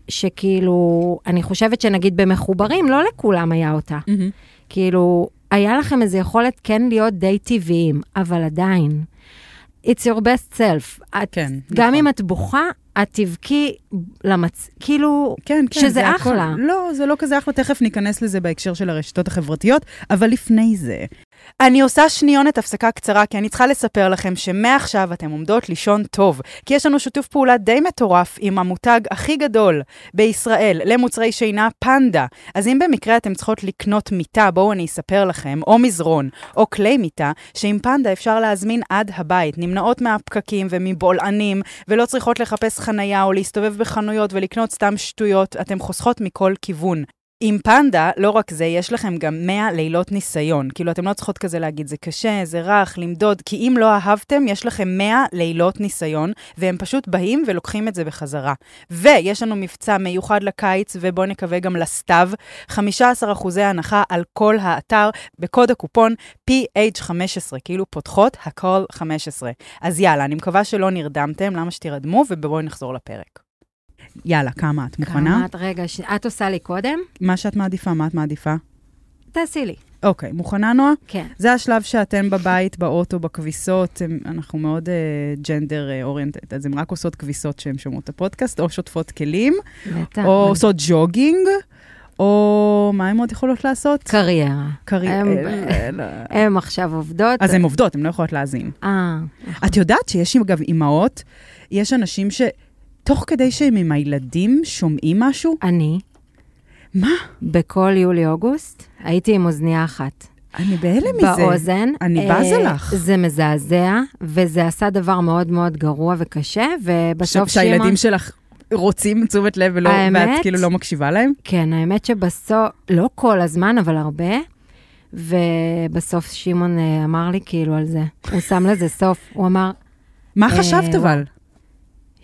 A: שכאילו, אני חושבת שנגיד במחוברים, לא לכולם היה אותה.
B: מהמם.
A: כאילו, היה לכם איזו יכולת כן להיות די טבעיים, אבל עדיין, it's your best self. את,
B: כן,
A: גם
B: נכון.
A: אם את בוכה, את תבכי למצ... כאילו,
B: כן, כן.
A: שזה
B: זה
A: אחלה.
B: הכל... לא, זה לא כזה אחלה, תכף ניכנס לזה בהקשר של הרשתות החברתיות, אבל לפני זה. אני עושה שניונת הפסקה קצרה, כי אני צריכה לספר לכם שמעכשיו אתם עומדות לישון טוב, כי יש לנו שיתוף פעולה די מטורף עם המותג הכי גדול בישראל למוצרי שינה, פנדה. אז אם במקרה אתם צריכות לקנות מיטה, בואו אני אספר לכם, או מזרון, או כלי מיטה, שעם פנדה אפשר להזמין עד הבית, נמנעות מהפקקים ומבולענים, ולא צריכות לחפש חנייה או להסתובב בחנויות ולקנות סתם שטויות, אתן חוסכות מכל כיוון. עם פנדה, לא רק זה, יש לכם גם 100 לילות ניסיון. כאילו, אתם לא צריכות כזה להגיד, זה קשה, זה רך, למדוד, כי אם לא אהבתם, יש לכם 100 לילות ניסיון, והם פשוט באים ולוקחים את זה בחזרה. ויש לנו מבצע מיוחד לקיץ, ובואו נקווה גם לסתיו, 15% הנחה על כל האתר, בקוד הקופון PH15, כאילו פותחות הכל 15. אז יאללה, אני מקווה שלא נרדמתם, למה שתירדמו, ובואו נחזור לפרק. יאללה, כמה את מוכנה?
A: כמה את, רגע, ש... את עושה לי קודם?
B: מה שאת מעדיפה, מה את מעדיפה?
A: תעשי לי.
B: אוקיי, מוכנה, נועה?
A: כן.
B: זה השלב שאתן בבית, באוטו, בכביסות, הם- אנחנו מאוד אה, ג'נדר אוריינטד, אז הן רק עושות כביסות כשהן שומעות את הפודקאסט, או שוטפות כלים,
A: בטח.
B: או עושות ג'וגינג, או מה הן עוד יכולות לעשות? אה,
A: קריירה.
B: קריירה.
A: הם- הן עכשיו עובדות.
B: לא. אז הן עובדות, הן לא יכולות להאזין.
A: אה,
B: את יודעת שיש, אגב, אימהות, יש אנשים ש... תוך כדי שהם עם הילדים שומעים משהו,
A: אני,
B: מה?
A: בכל יולי-אוגוסט, הייתי עם אוזנייה אחת.
B: אני בהלם מזה.
A: באוזן.
B: אני
A: אה,
B: בזה לך.
A: זה מזעזע, וזה עשה דבר מאוד מאוד גרוע וקשה, ובסוף
B: ש- שהילדים שלך רוצים תשומת לב, ולא,
A: האמת?
B: ואת כאילו לא מקשיבה להם?
A: כן, האמת שבסוף, לא כל הזמן, אבל הרבה. ובסוף שמעון אה, אמר לי כאילו על זה, הוא שם לזה סוף, הוא אמר
B: מה
A: אה,
B: חשבת אבל?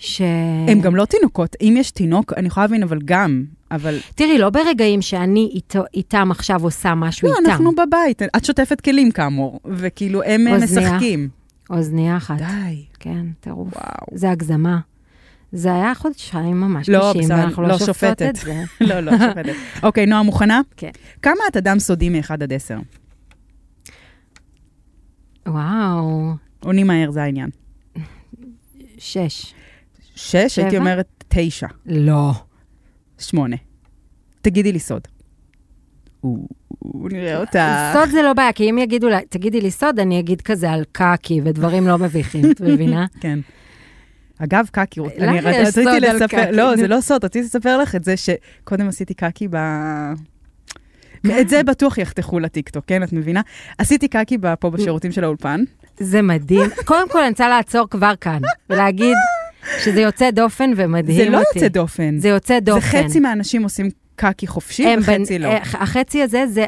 A: ש...
B: הם גם לא תינוקות. אם יש תינוק, אני יכולה להבין, אבל גם, אבל...
A: תראי, לא ברגעים שאני איתו, איתם עכשיו עושה משהו
B: לא,
A: איתם.
B: אנחנו בבית. את שוטפת כלים כאמור, וכאילו, הם אה,
A: אוזניה.
B: משחקים.
A: אוזנייה אחת.
B: די.
A: כן, טירוף.
B: וואו.
A: זה הגזמה. זה היה חודשיים ממש
B: לא,
A: קשים,
B: בסדר,
A: ואנחנו
B: לא
A: לא שופטות
B: שופטת.
A: את זה.
B: לא, לא, שופטת. אוקיי, נועה, מוכנה?
A: כן.
B: כמה את אדם סודי מ-1 עד 10?
A: וואו,
B: עונים מהר, זה העניין.
A: שש.
B: 6, הייתי
A: שבע?
B: אומרת 9,
A: לא.
B: 8. תגידי לי סוד. או, או, נראה אותך.
A: סוד זה לא בעיה, כי אם יגידו, לה- תגידי לי סוד, אני אגיד כזה על קקי ודברים לא מביכים, את מבינה?
B: כן. אגב, קקי, רוצ-
A: לך
B: אני
A: אה, יש
B: רצ-
A: סוד
B: רציתי
A: על
B: לספר,
A: קקי.
B: לא, זה לא סוד, רציתי לספר לך את זה שקודם עשיתי קקי ב... את זה בטוח יחתכו לטיקטוק, כן? את מבינה? עשיתי קקי ב- פה בשירותים של האולפן.
A: זה מדהים. קודם כל, אני רוצה לעצור כבר כאן, ולהגיד שזה יוצא דופן ומדהים
B: זה
A: אותי.
B: לא יוצא דופן.
A: זה יוצא
B: זה
A: דופן.
B: חצי מהאנשים עושים קקי חופשי
A: הם
B: וחצי
A: בנ-
B: לא.
A: אה, החצי הזה זה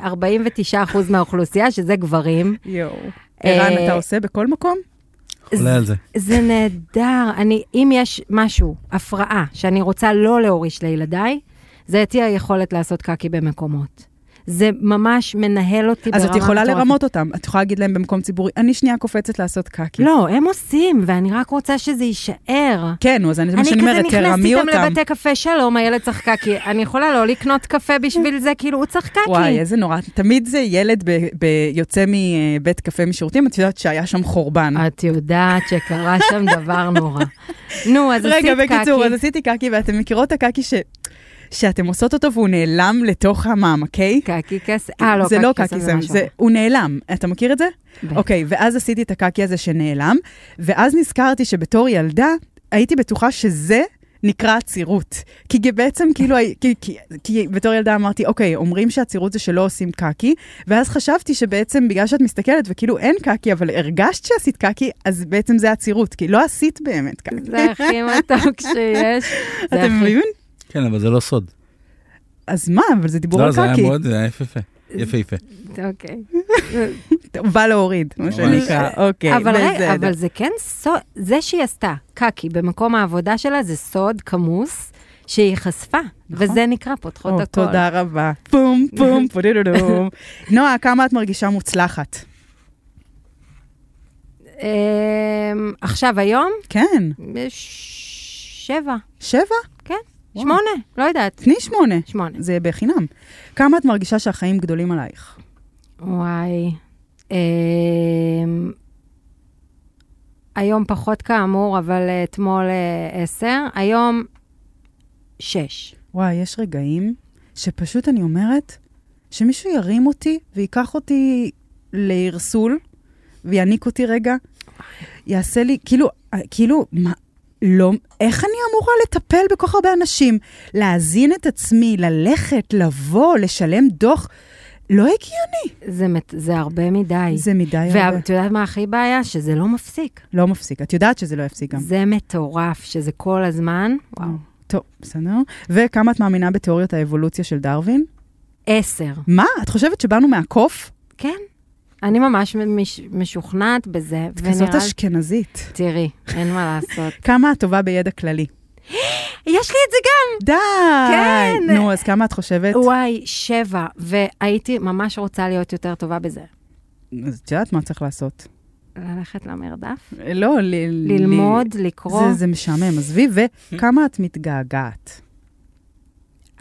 A: 49% מהאוכלוסייה, שזה גברים.
B: יואו. ערן,
A: אה,
B: אתה עושה בכל מקום?
C: חולה על זה.
A: זה נהדר. אני, אם יש משהו, הפרעה, שאני רוצה לא להוריש לילדיי, זה את אי היכולת לעשות קקי במקומות. זה ממש מנהל אותי ברמה
B: אז את יכולה
A: מטורפת.
B: לרמות אותם, את יכולה להגיד להם במקום ציבורי, אני שנייה קופצת לעשות קקי.
A: לא, הם עושים, ואני רק רוצה שזה יישאר.
B: כן, נו, אז אני- זה מה
A: אני
B: שאני
A: כזה
B: אומרת,
A: נכנסת
B: תרמי
A: איתם
B: אותם.
A: לבתי קפה, שלום, הילד צחקה, כי אני יכולה לא לקנות קפה בשביל זה, כאילו, הוא צחקה כי...
B: וואי, איזה נורא. תמיד זה ילד ב- ב- יוצא מבית קפה משירותים, את יודעת שהיה שם חורבן.
A: את יודעת שקרה שם דבר נורא. נו, אז עשית
B: רגע,
A: קקי.
B: בקיצור, אז עשיתי קקי, ואתם מכירות את הקקי ש... שאתם עושות אותו והוא נעלם לתוך המעמקי?
A: קקי קס... אה, לא,
B: זה לא
A: קקי
B: קקי סם,
A: משהו
B: זה- הוא נעלם. אתה מכיר את זה?
A: אחר.
B: אוקיי, ואז עשיתי את הקקי הזה שנעלם, ואז נזכרתי שבתור ילדה הייתי בטוחה שזה נקרא עצירות. כי ג- בעצם כאילו, הי- כי, כי, כי בתור ילדה אמרתי, אוקיי, אומרים שעצירות זה שלא עושים קקי, ואז חשבתי שבעצם בגלל שאת מסתכלת וכאילו אין קקי, אבל הרגשת שעשית קקי, אז בעצם זה עצירות, כי לא עשית באמת קקי.
A: זה הכי מתוק שיש. זה
B: אתם
A: הכי-
B: מבינים?
C: כן, אבל זה לא סוד.
B: אז מה, אבל זה דיבור
C: לא,
B: על
C: זה היה
B: קקי.
C: מאוד, זה היה יפהפה. יפהפה.
A: אוקיי.
B: טוב, בא להוריד, מה
C: ממש.
B: שנקרא, אוקיי.
A: אבל רגע,
B: בסדר.
A: אבל זה כן סוד, זה שהיא עשתה קקי במקום העבודה שלה, זה סוד כמוס שהיא חשפה, וזה נקרא פותחות
B: נכון. או,
A: הכל.
B: תודה רבה. פום, פום, פודודודום. נועה, כמה את מרגישה מוצלחת?
A: אמ, עכשיו, היום,
B: כן.
A: ש- שבע,
B: שבע? וואו.
A: שמונה, לא יודעת,
B: תני שמונה.
A: שמונה.
B: זה בחינם. כמה את מרגישה שהחיים גדולים עלייך?
A: וואי. אמ, היום פחות כאמור, אבל אה, אתמול אה, עשר, היום שש.
B: וואי, יש רגעים שפשוט אני אומרת שמישהו ירים אותי וייקח אותי לערסול ויעניק אותי רגע, יעשה לי, כאילו, אה, כאילו, מה, לא, איך אני אמורה לטפל בכל כך הרבה אנשים? להזין את עצמי, ללכת, לבוא, לשלם דוח, לא הגיוני.
A: זה, מת- זה הרבה מדי.
B: זה מדי הרבה.
A: ואת יודעת מה הכי בעיה? שזה לא מפסיק.
B: לא מפסיק, את יודעת שזה לא יפסיק גם. Mm.
A: זה מטורף, שזה כל הזמן. וואו.
B: טוב, בסדר. וכמה את מאמינה בתיאוריות האבולוציה של דרווין?
A: עשר.
B: מה? את חושבת שבאנו מהקוף?
A: כן. אני ממש מש, משוכנעת בזה,
B: את
A: ונראה
B: כזאת
A: לי...
B: אשכנזית.
A: תראי, אין מה לעשות.
B: כמה את טובה בידע כללי?
A: יש לי את זה גם!
B: די!
A: כן.
B: נו, אז כמה את חושבת?
A: וואי, שבע, והייתי ממש רוצה להיות יותר טובה בזה.
B: אז את יודעת מה צריך לעשות.
A: ללכת למרדף,
B: לא, ל... ל-
A: ללמוד,
B: זה-
A: לקרוא.
B: זה משעמם, עזבי. וכמה את מתגעגעת?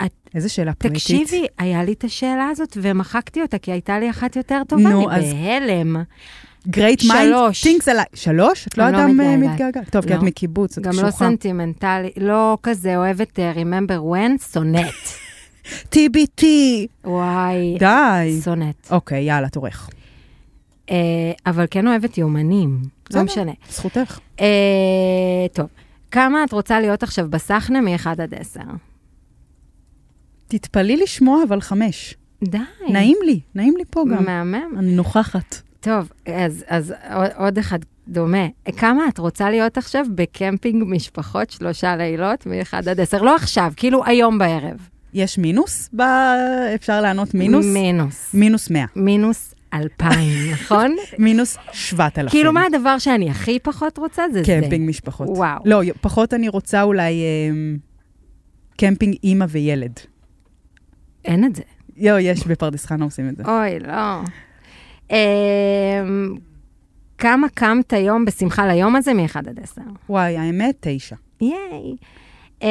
A: את-
B: איזה שאלה פואטית.
A: תקשיבי, היה לי את השאלה הזאת ומחקתי אותה, כי הייתה לי אחת יותר טובה,
B: נו,
A: אני
B: אז-
A: בהלם.
B: גרייט מיינד,
A: שלוש.
B: תינקס עליי. שלוש? את לא
A: אני לא
B: אדם אה,
A: מתגעגעת.
B: מתגעגעת. טוב, כי
A: לא.
B: את מקיבוץ, את
A: גם לא
B: קשוחה.
A: סנטימנטלי, לא כזה אוהבת אה, Remember When, שונאת.
B: TBT.
A: וואי,
B: די.
A: שונאת.
B: אוקיי, יאללה, תורך.
A: אה, אבל כן אוהבת יומנים,
B: בסדר.
A: לא משנה.
B: זכותך.
A: אה, טוב, כמה את רוצה להיות עכשיו בסחנה מ-1 עד 10?
B: תתפלאי לשמוע, אבל חמש.
A: די.
B: נעים לי, נעים לי פה גם.
A: מהמם.
B: אני נוכחת.
A: טוב, אז, אז עוד, עוד אחד דומה. כמה את רוצה להיות עכשיו בקמפינג משפחות שלושה לילות מ-1 עד 10? לא עכשיו, כאילו היום בערב.
B: יש מינוס? ב... אפשר לענות מינוס?
A: מינוס.
B: מינוס 100.
A: מינוס 2,000, נכון?
B: מינוס 7,000.
A: כאילו, מה הדבר שאני הכי פחות רוצה? זה
C: כן,
A: זה.
B: קמפינג כן, משפחות.
A: וואו.
B: לא, י- פחות אני רוצה אולי אמ, קמפינג אימא וילד.
A: אין את זה.
B: יו, יש בפרדס חנה עושים את זה.
A: אוי, לא. אמ, כמה קמת היום בשמחה ליום הזה מ-1 עד 10?
B: וואי, האמת, תשע.
A: ייי. אה,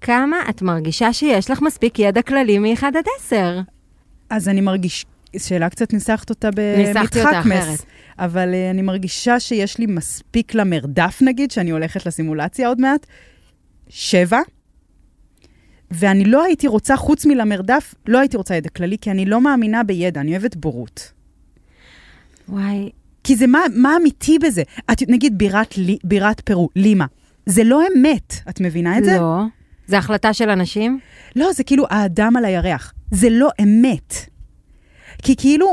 A: כמה את מרגישה שיש לך מספיק ידע כללי מ-1 עד 10?
B: אז אני מרגיש... שאלה קצת ניסחת אותה
A: ניסחתי אותה אחרת.
B: במצחקמס, אבל אה, אני מרגישה שיש לי מספיק למרדף נגיד, שאני הולכת לסימולציה עוד מעט, שבע, ואני לא הייתי רוצה, חוץ מלמרדף, לא הייתי רוצה ידע כללי, כי אני לא מאמינה בידע, אני אוהבת בורות.
A: וואי,
B: כי זה מה, מה אמיתי בזה? את נגיד בירת, לי- בירת פרו, לימה. זה לא אמת, את מבינה את זה?
A: לא. זה החלטה של אנשים?
B: לא, זה כאילו האדם על הירח. זה לא אמת. כי כאילו,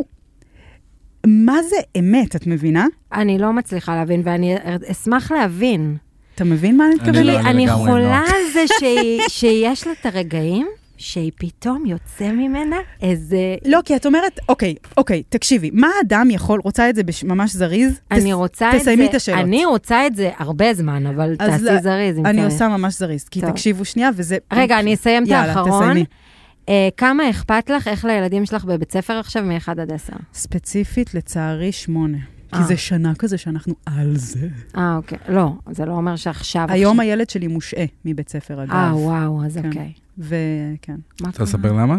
B: מה זה אמת, את מבינה?
A: אני לא מצליחה להבין, ואני אשמח להבין.
B: אתה מבין מה אני מתכוונת?
C: לא,
A: לי-
C: אני
A: אני
C: לגמרי
A: חולה
C: לא.
A: על זה שהיא- שיש לה את הרגעים שהיא פתאום יוצא ממנה איזה...
B: לא, כי את אומרת, אוקיי, אוקיי, תקשיבי, מה האדם יכול, רוצה את זה בש, ממש זריז?
A: אני
B: תס-
A: רוצה את זה...
B: תסיימי את השאלות.
A: אני רוצה את זה הרבה זמן, אבל
B: אז
A: תעשי
B: לא,
A: זריז אם
B: אני
A: צריך.
B: עושה ממש זריז, כי
A: טוב.
B: תקשיבו שנייה, וזה...
A: רגע, אני אסיים את
B: יאללה,
A: האחרון.
B: תסיימי.
A: אה, כמה אכפת לך איך לילדים שלך בבית ספר עכשיו מ-1 עד 10?
B: ספציפית, לצערי, שמונה. כי
A: אה.
B: זה שנה כזה שאנחנו על זה.
A: אה, אוקיי. לא, זה לא אומר שעכשיו...
B: היום
A: עכשיו-
B: הילד שלי מושעה מבית ספר, אגב.
A: אה, וואו, אז
B: כן.
A: אוקיי.
B: וכן.
A: מה
C: רוצה
A: קרה?
C: לספר למה?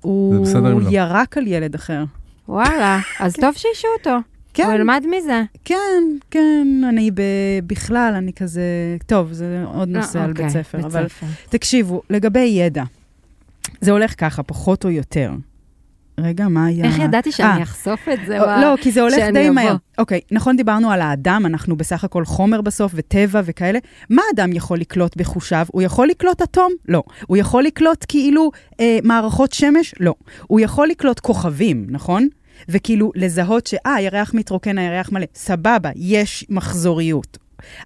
B: הוא
C: בסדר אם לא.
B: ירק על ילד אחר.
A: וואלה, אז טוב שהשעו אותו.
B: כן,
A: הוא ילמד מזה.
B: כן, כן, אני ב... בכלל, אני כזה... טוב, זה עוד
A: לא,
B: נושא על
A: אוקיי,
B: בית ספר, אבל
A: ספר.
B: תקשיבו, לגבי ידע, זה הולך ככה, פחות או יותר. רגע, מה היה?
A: איך ידעתי שאני
B: אה,
A: אחשוף את זה?
B: או-
A: וואו.
B: לא, כי זה הולך
A: שאני
B: די
A: אבוא.
B: מהר. אוקיי, נכון דיברנו על האדם, אנחנו בסך הכל חומר בסוף, וטבע וכאלה. מה אדם יכול לקלוט בחושיו? הוא יכול לקלוט אטום? לא. הוא יכול לקלוט כאילו אה, מערכות שמש? לא. הוא יכול לקלוט כוכבים, נכון? וכאילו לזהות שאה, הירח מתרוקן, הירח מלא. סבבה, יש מחזוריות.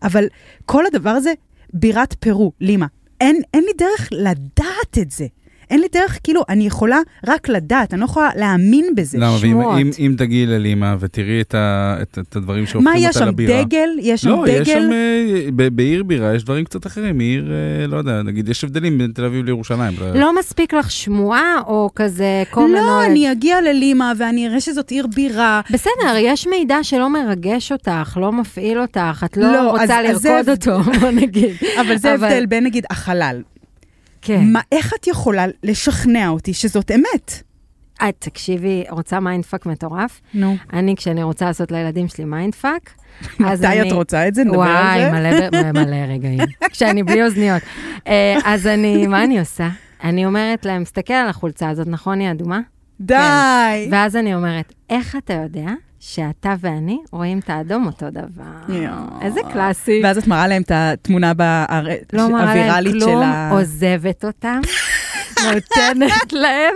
B: אבל כל הדבר הזה, בירת פרו, לימה. אין, אין לי דרך לדעת את זה. אין לי דרך, כאילו, אני יכולה רק לדעת, אני לא יכולה להאמין בזה.
C: למה? ואם-
A: שמועות.
C: אם- אם תגיעי ללימה ותראי את ה- את- את הדברים שהופכים
B: מה, יש
C: אותה
B: שם
C: לבירה.
B: דגל? יש שם
C: לא,
B: דגל?
C: יש שם, אה, ב- בעיר בירה יש דברים קצת אחרים, מעיר, אה, לא יודע, נגיד, יש הבדלים בין תל אביב לירושלים.
A: לא מספיק לך שמועה או כזה common
B: אוקיי. לא,
A: knowledge?
B: אני אגיע ללימה ואני אראה שזאת עיר בירה.
A: בסדר, יש מידע שלא מרגש אותך, לא מפעיל אותך, את לא,
B: לא,
A: רוצה
B: אז- אז זה
A: לרקוד
B: הבדל.
A: אותו, בוא נגיד.
B: אבל זה
A: אבל-
B: הבדל בין נגיד החלל.
A: כן.
B: מה, איך את יכולה לשכנע אותי שזאת אמת?
A: את, תקשיבי, רוצה מיינדפאק מטורף?
B: נו.
A: אני, כשאני רוצה לעשות לילדים שלי מיינדפאק, אז אני...
B: מתי את רוצה את זה? נדבר על
A: וואי,
B: זה?
A: מלא, מלא רגעים, כשאני בלי אוזניות. אה, אז אני, מה אני עושה? אני אומרת להם, תסתכל על החולצה הזאת, נכון, היא אדומה?
B: די!
A: ואז אני אומרת, איך אתה יודע שאתה ואני רואים את האדום אותו דבר?
B: יואו.
A: איזה קלאסי.
B: ואז את מראה להם את התמונה בארץ,
A: לא מראה להם
B: הוויראלית של
A: כלום,
B: ה...
A: עוזבת אותם, נותנת להם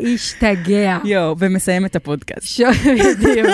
A: להשתגע.
B: יואו, ומסיים את הפודקאסט.
A: ש- בדיוק.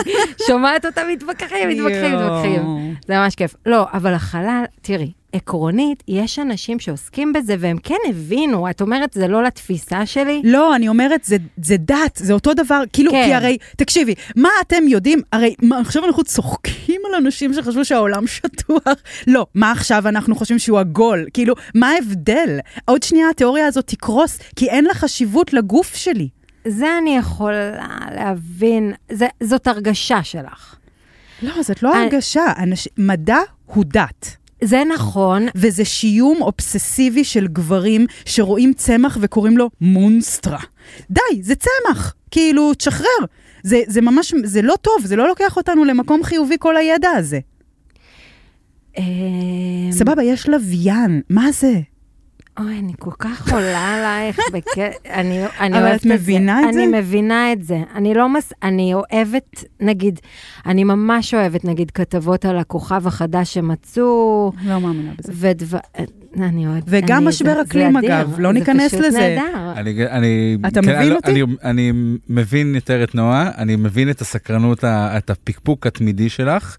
A: שומעת אותם מתווכחים, מתווכחים, מתווכחים.
B: יואו.
A: זה ממש כיף. לא, אבל החלל, תראי, עקרונית, יש אנשים שעוסקים בזה והם כן הבינו, את אומרת, זה לא לתפיסה שלי?
B: לא, אני אומרת, זה, זה דת, זה אותו דבר, כאילו,
A: כן.
B: כי הרי, תקשיבי, מה אתם יודעים, הרי מה, עכשיו אנחנו צוחקים על אנשים שחשבו שהעולם שטוח, לא, מה עכשיו אנחנו חושבים שהוא עגול, כאילו, מה ההבדל? עוד שנייה התיאוריה הזאת תקרוס, כי אין לה חשיבות לגוף שלי.
A: זה אני יכולה להבין, זה- זאת הרגשה שלך.
B: לא, זאת לא
A: אני-
B: הרגשה, אנש... מדע הוא דת.
A: זה נכון,
B: וזה שיום אובססיבי של גברים שרואים צמח וקוראים לו מונסטרה. די, זה צמח. כאילו, תשחרר. זה, זה ממש, זה לא טוב, זה לא לוקח אותנו למקום חיובי כל הידע הזה.
A: אמ,
B: סבבה, יש לוויין, מה זה?
A: אוי, אני כל כך עולה עלייך, בק- אני, לא- אני
B: אבל
A: אוהבת
B: את מבינה את זה?
A: אני מבינה את זה. אני לא מס... אני אוהבת, נגיד, אני ממש אוהבת, נגיד, כתבות על הכוכב החדש שמצאו,
B: לא מאמינה בזה.
A: ודבר... אני אוהבת...
B: וגם
A: אני,
B: משבר
A: זה- זה
B: אקלים,
A: אדיר,
B: אגב, לא ניכנס
A: זה
B: לזה.
A: פשוט נהדר.
C: אני, אני, כן,
B: אתה מבין
C: אני, לא-
B: אותי?
C: אני, אני מבין יותר את נועה, אני מבין את הסקרנות, ה- את הפקפוק התמידי שלך,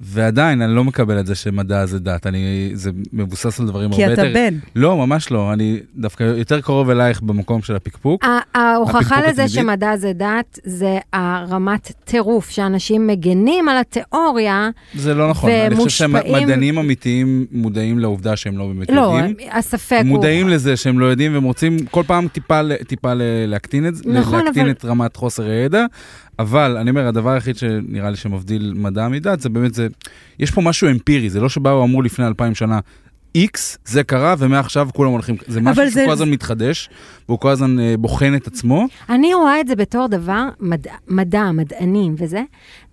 C: ועדיין אני לא מקבל את זה שמדע זה דת, אני, זה מבוסס על דברים
B: כי
C: הרבה
B: אתה
C: יותר...
B: בן.
C: לא, ממש לא, אני דווקא יותר קרוב אלייך במקום של הפקפוק.
A: ה- ההוכחה
C: הפיקפוק
A: לזה
C: התמידי.
A: שמדע זה דת, זה הרמת טירוף, שאנשים מגנים על התיאוריה.
C: זה לא נכון, אני חושב
A: ומושפעים-
C: שמדענים אמיתיים מודעים לעובדה שהם לא באמת
A: לא,
C: יודעים.
A: הספק
C: הם
A: הוא...
C: מודעים לזה שהם לא יודעים והם רוצים כל פעם טיפה, ל- טיפה ל- להקטין את זה,
A: נכון,
C: להקטין
A: אבל-
C: את רמת חוסר הידע, אבל אני אומר, הדבר היחיד שנראה לי שמבדיל מדע מדת זה באמת, זה, יש פה משהו אמפירי, זה לא שבאו אמרו לפני אלפיים שנה. איקס, זה קרה, ומעכשיו כולם הולכים, זה
B: אבל
C: משהו
B: זה-
C: שהוא כל הזמן מתחדש, והוא כל הזמן אה, בוחן את עצמו.
A: אני רואה את זה בתור דבר, מדע, מדע, מדענים וזה,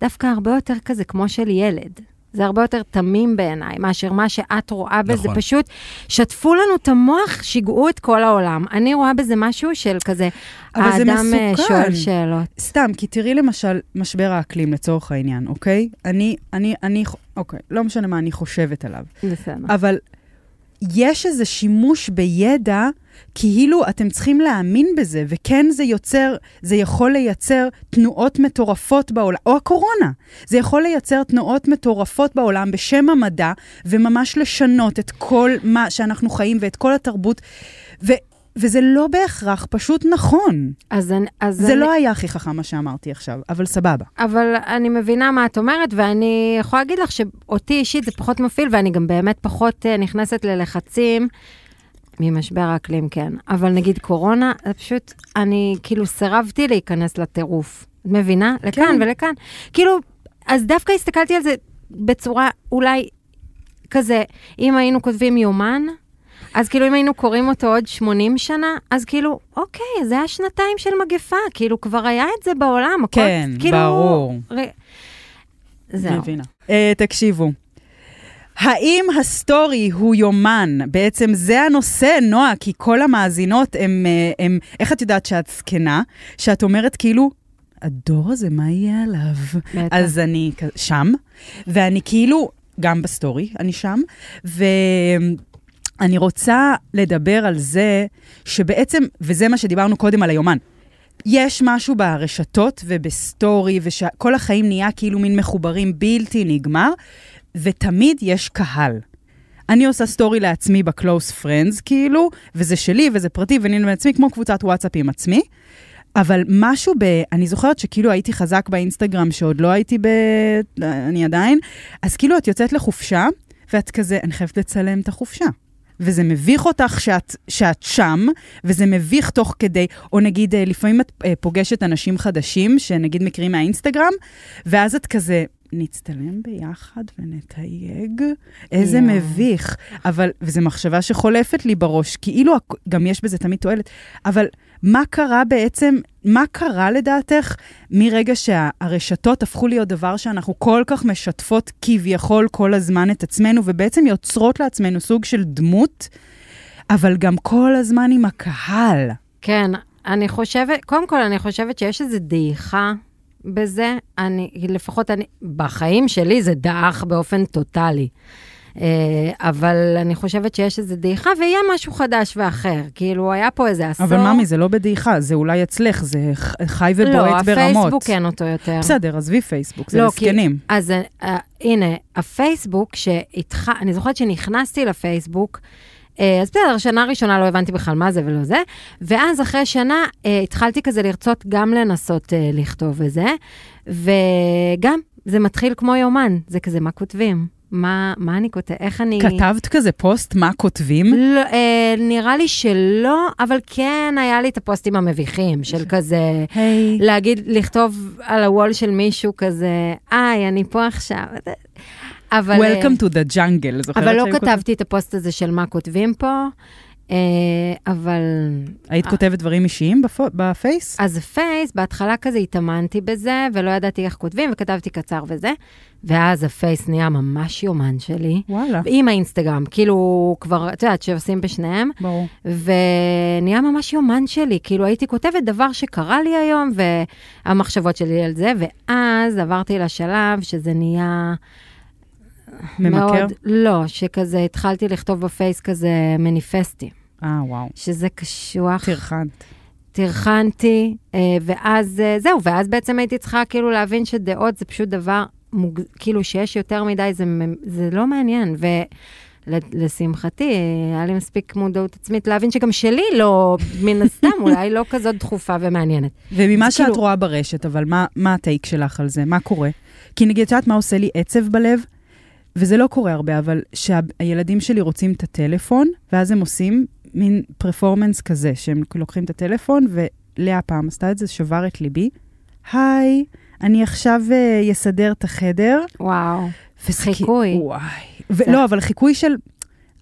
A: דווקא הרבה יותר כזה כמו של ילד. זה הרבה יותר תמים בעיניי, מאשר מה שאת רואה בזה.
C: נכון.
A: פשוט שטפו לנו את המוח, שיגעו את כל העולם. אני רואה בזה משהו של כזה,
B: אבל זה
A: האדם אה,
B: מסוכן.
A: שואל שאלות.
B: סתם, כי תראי למשל משבר האקלים לצורך העניין, אוקיי? אני, אני, אני, אוקיי, לא משנה מה אני חושבת עליו.
A: בסדר.
B: אבל יש איזה שימוש בידע, כאילו אתם צריכים להאמין בזה, וכן זה יוצר, זה יכול לייצר תנועות מטורפות בעולם, או הקורונה, זה יכול לייצר תנועות מטורפות בעולם בשם המדע, וממש לשנות את כל מה שאנחנו חיים ואת כל התרבות, ו... וזה לא בהכרח פשוט נכון.
A: אז, אני- אז
B: זה
A: אני,
B: לא היה הכי חכם מה שאמרתי עכשיו, אבל סבבה.
A: אבל אני מבינה מה את אומרת, ואני יכולה להגיד לך שאותי אישית זה פחות מפעיל, ואני גם באמת פחות אה, נכנסת ללחצים. ממשבר האקלים, כן. אבל נגיד קורונה, זה פשוט, אני כאילו סירבתי להיכנס לטירוף. את מבינה? לכאן
B: כן.
A: ולכאן. כאילו, אז דווקא הסתכלתי על זה בצורה אולי כזה, אם היינו כותבים יומן, אז כאילו אם היינו קוראים אותו עוד 80 שנה, אז כאילו, אוקיי, זה היה שנתיים של מגפה, כאילו כבר היה את זה בעולם, הכל,
B: כן,
A: כאילו...
B: ברור.
A: ר... זהו.
B: מבינה. Uh, תקשיבו. האם הסטורי הוא יומן? בעצם זה הנושא, נועה, כי כל המאזינות הם, אה, הם... איך את יודעת שאת זקנה? שאת אומרת כאילו, הדור הזה, מה יהיה עליו?
A: בטח.
B: אז אני כ- שם, ואני כאילו, גם בסטורי, אני שם, ואני רוצה לדבר על זה שבעצם, וזה מה שדיברנו קודם על היומן, יש משהו ברשתות ובסטורי, ושכל החיים נהיה כאילו מין מחוברים בלתי נגמר, ותמיד יש קהל. אני עושה סטורי לעצמי בקלוס פרנדס, כאילו, וזה שלי וזה פרטי, ואני לעצמי כמו קבוצת וואטסאפ עם עצמי. אבל משהו ב... אני זוכרת שכאילו הייתי חזק באינסטגרם, שעוד לא הייתי ב... אני עדיין. אז כאילו את יוצאת לחופשה, ואת כזה, אני חייבת לצלם את החופשה. וזה מביך אותך שאת, שאת שם, וזה מביך תוך כדי, או נגיד, אה, לפעמים את אה, פוגשת אנשים חדשים, שנגיד מכירים מהאינסטגרם, ואז את כזה, נצטלם ביחד ונתייג? איזה
A: יואו.
B: מביך. אבל, וזו מחשבה שחולפת לי בראש, כאילו, הכ- גם יש בזה תמיד תועלת, אבל מה קרה בעצם, מה קרה לדעתך מרגע שהרשתות הפכו להיות דבר שאנחנו כל כך משתפות כביכול כל הזמן את עצמנו, ובעצם יוצרות לעצמנו סוג של דמות, אבל גם כל הזמן עם הקהל.
A: כן, אני חושבת, קודם כל, אני חושבת שיש איזו דעיכה בזה. אני, לפחות אני, בחיים שלי זה דעך באופן טוטאלי. אה, אבל אני חושבת שיש איזו דעיכה, ויהיה משהו חדש ואחר. כאילו, היה פה איזה עשור.
B: אבל ממי, זה לא בדעיכה, זה אולי אצלך, זה ח- חי ובועט
A: לא,
B: ברמות.
A: הפייסבוק אין אותו יותר.
B: בסדר, עזבי פייסבוק, זה
A: כן. לא, כי-
B: לזקנים.
A: אז uh, הנה, הפייסבוק שאיתך, אני זוכרת שנכנסתי לפייסבוק, uh, אז בסדר, שנה ראשונה לא הבנתי בכלל מה זה ולא זה, ואז אחרי שנה uh, התחלתי כזה לרצות גם לנסות uh, לכתוב וזה, וגם, זה מתחיל כמו יומן, זה כזה מה כותבים, מה, מה אני כותב, איך אני...
B: כתבת כזה פוסט, מה כותבים?
A: לא, אה, נראה לי שלא, אבל כן היה לי את הפוסטים המביכים של כזה...
B: היי.
A: להגיד, לכתוב על הוול של מישהו כזה, היי, אני פה עכשיו. אבל, אה,
B: Welcome to the jungle, זוכרת
A: אבל לא
B: שהיו כותב-
A: כתבתי את הפוסט הזה של מה כותבים פה, אה, אבל... אה.
B: היית כותבת דברים אישיים בפו- בפייס?
A: אז הפייס, בהתחלה כזה התאמנתי בזה, ולא ידעתי איך כותבים, וכתבתי קצר וזה, ואז הפייס נהיה ממש יומן שלי.
B: וואלה,
A: עם האינסטגרם, כאילו כבר, את יודעת, שעושים בשניהם,
B: ברור.
A: ונהיה ממש יומן שלי, כאילו הייתי כותבת דבר שקרה לי היום, והמחשבות שלי על זה, ואז עברתי לשלב שזה נהיה...
B: ממכר?
A: מאוד, לא, שכזה התחלתי לכתוב בפייס כזה מניפסטים,
B: אה, וואו.
A: שזה קשוח.
B: טרחנת.
A: טרחנתי, אה, ואז אה, זהו, ואז בעצם הייתי צריכה כאילו להבין שדעות זה פשוט דבר, מוג... כאילו שיש יותר מדי, זה, מ- זה לא מעניין. ולשמחתי, היה לי מספיק מודעות עצמית להבין שגם שלי לא, מן הסתם, אולי לא כזאת דחופה ומעניינת.
B: וממה
A: אז
B: שאת
A: כאילו-
B: רואה ברשת, אבל מה- מה הטייק שלך על זה? מה קורה? כי נגיד, את יודעת מה עושה לי עצב בלב? וזה לא קורה הרבה, אבל שהילדים שלי רוצים את הטלפון, ואז הם עושים מין פרפורמנס כזה, שהם לוקחים את הטלפון, ולאה פעם עשתה את זה, שבר את ליבי. היי, אני עכשיו אה, אסדר את החדר.
A: וואו.
B: וזה כי-
A: חיקוי.
B: וואי. ו- לא, אבל חיקוי של...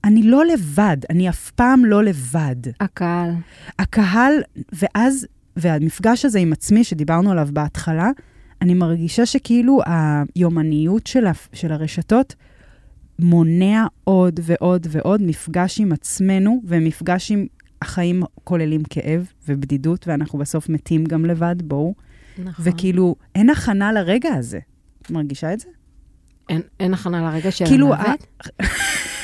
B: אני לא לבד, אני אף פעם לא לבד.
A: הקהל.
B: הקהל, ואז, והמפגש הזה עם עצמי, שדיברנו עליו בהתחלה, אני מרגישה שכאילו היומניות של, ה- של הרשתות מונע עוד ועוד ועוד מפגש עם עצמנו, ומפגש עם החיים כוללים כאב ובדידות, ואנחנו בסוף מתים גם לבד, בואו.
A: נכון.
B: וכאילו, אין הכנה לרגע הזה. את מרגישה את זה?
A: אין, אין הכנה לרגע של
B: כאילו,
A: המוות?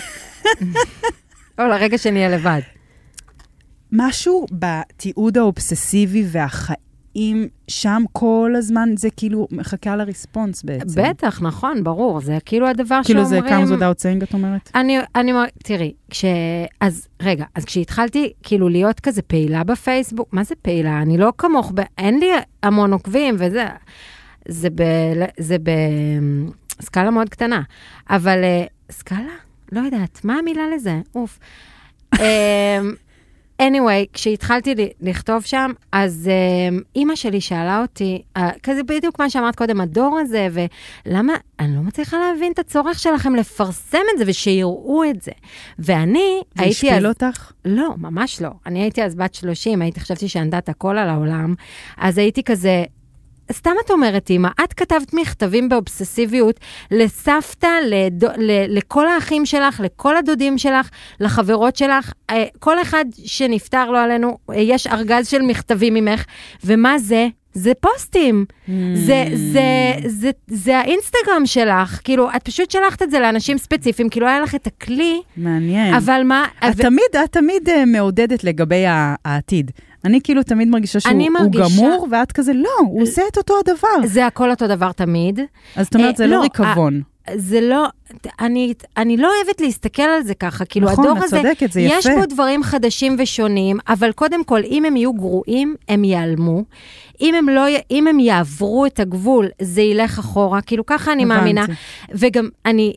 A: או לא, לרגע שנהיה לבד.
B: משהו בתיעוד האובססיבי והחיים שם כל הזמן, זה כאילו מחכה לריספונס בעצם.
A: בטח, נכון, ברור. זה כאילו הדבר
B: כאילו זה
A: שאומרים...
B: comes without saying, את אומרת?
A: אני, אני, מר- תראי, כש... אז רגע, אז כשהתחלתי כאילו להיות כזה פעילה בפייסבוק, מה זה פעילה? אני לא כמוך, ב... אין לי המון עוקבים וזה, זה ב... זה ב... סקאלה מאוד קטנה, אבל אה, סקאלה? לא יודעת, מה המילה לזה? אוף. אמ, anyway, כשהתחלתי ל- לכתוב שם, אז um, אימא שלי שאלה אותי, uh, כזה בדיוק מה שאמרת קודם, הדור הזה, ולמה, אני לא מצליחה להבין את הצורך שלכם לפרסם את זה ושיראו את זה. ואני
B: זה
A: הייתי... אז-
B: השפיל אותך?
A: לא, ממש לא. אני הייתי אז בת 30, הייתי חשבתי שענדת הכל על העולם, אז הייתי כזה... סתם את אומרת, אמא, את כתבת מכתבים באובססיביות לסבתא, לדו, ל, לכל האחים שלך, לכל הדודים שלך, לחברות שלך, אה, כל אחד שנפטר, לא עלינו, אה, יש ארגז של מכתבים ממך, ומה זה? זה פוסטים. זה,
B: Hmm,
A: זה, זה, זה האינסטגרם שלך, כאילו, את פשוט שלחת את זה לאנשים ספציפיים, כאילו היה לך את הכלי,
B: מעניין.
A: אבל מה...
B: את תמיד, את תמיד אה, מעודדת לגבי ה- העתיד. אני כאילו תמיד מרגישה שהוא
A: אני
B: הוא
A: מרגישה-
B: גמור, ואת כזה, לא, הוא עושה את אותו הדבר.
A: זה הכל אותו דבר תמיד.
B: אז את אומרת,
A: אה,
B: זה לא
A: לא,
B: ריקבון.
A: זה לא, אני, אני לא אוהבת להסתכל על זה ככה, כאילו
B: נכון,
A: הדור
B: את
A: הזה,
B: צודקת, זה
A: יש
B: יפה.
A: בו דברים חדשים ושונים, אבל קודם כל, אם הם יהיו גרועים, הם ייעלמו. אם הם, לא, י- אם הם יעברו את הגבול, זה ילך אחורה, כאילו ככה אני
B: הבנתי.
A: מאמינה. וגם אני...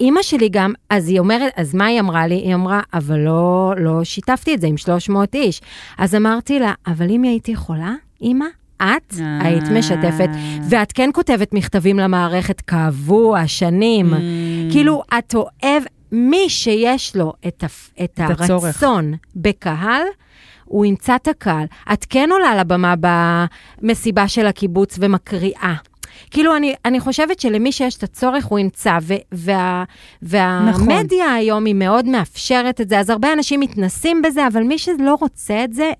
A: אימא שלי גם, אז היא אומרת, אז מה היא אמרה לי? היא אמרה, אבל לא, לא שיתפתי את זה עם 300 איש. אז אמרתי לה, אבל אם הייתי חולה, אימא, את
B: אה.
A: היית משתפת, ואת כן כותבת מכתבים למערכת קבוע, שנים.
B: Mm. Hmm.
A: כאילו, את אוהב, מי שיש לו את, הפ- את
B: את הצורך.
A: הרצון בקהל, הוא ימצא את הקהל. את כן עולה לבמה במסיבה של הקיבוץ ומקריאה. כאילו, אני, אני חושבת שלמי שיש את הצורך, הוא ימצא, ו, וה,
B: נכון.
A: והמדיה נכון. היום היא מאוד מאפשרת את זה, אז הרבה אנשים מתנסים בזה, אבל מי שלא רוצה את זה,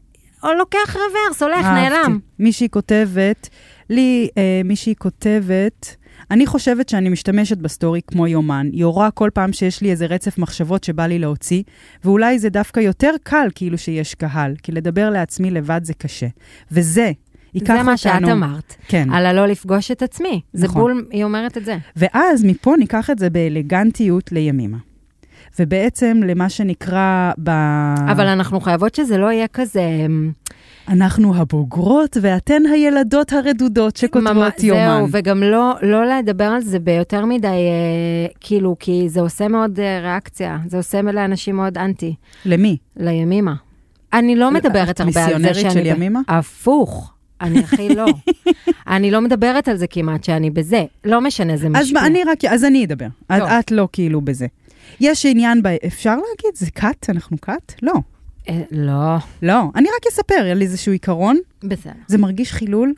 A: או לוקח רוורס, הולך,
B: אהבתי.
A: נעלם.
B: מישהי כותבת, לי אה, מישהי כותבת, אני חושבת שאני משתמשת בסטורי כמו יומן, יורה כל פעם שיש לי איזה רצף מחשבות שבא לי להוציא, ואולי זה דווקא יותר קל כאילו שיש קהל, כי לדבר לעצמי לבד זה קשה. וזה ייקח
A: זה
B: אותנו...
A: מה שאת אמרת,
B: כן.
A: על הלא לפגוש את עצמי. זה
B: נכון.
A: בול, היא אומרת את זה.
B: ואז מפה ניקח את זה באלגנטיות לימימה. ובעצם למה שנקרא ב... אה.
A: אבל אנחנו חייבות שזה לא יהיה כזה... אמ,
B: אנחנו הבוגרות ואתן הילדות הרדודות
A: ממ-
B: שכותבות יומן.
A: זהו, וגם לא, לא לדבר על זה ביותר מדי, אה, כאילו, כי זה עושה מאוד אה, ריאקציה, זה עושה לאנשים מאוד אנטי,
B: למי?
A: לימימה. אני לא מדברת
B: את
A: הרבה על
B: אה,
A: זה שאני...
B: מיסיונרית של
A: ב-
B: ימימה?
A: הפוך. אני הכי לא. אני לא מדברת על זה כמעט שאני בזה. לא משנה, זה משפיע.
B: אז מה, אני רק, אז אני אדבר. את,
A: טוב.
B: את לא כאילו בזה. יש עניין, ב... אפשר להגיד, זה כת? אנחנו כת? לא.
A: אה, לא,
B: לא. אני רק אספר על איזשהו עיקרון,
A: בסדר.
B: זה מרגיש חילול.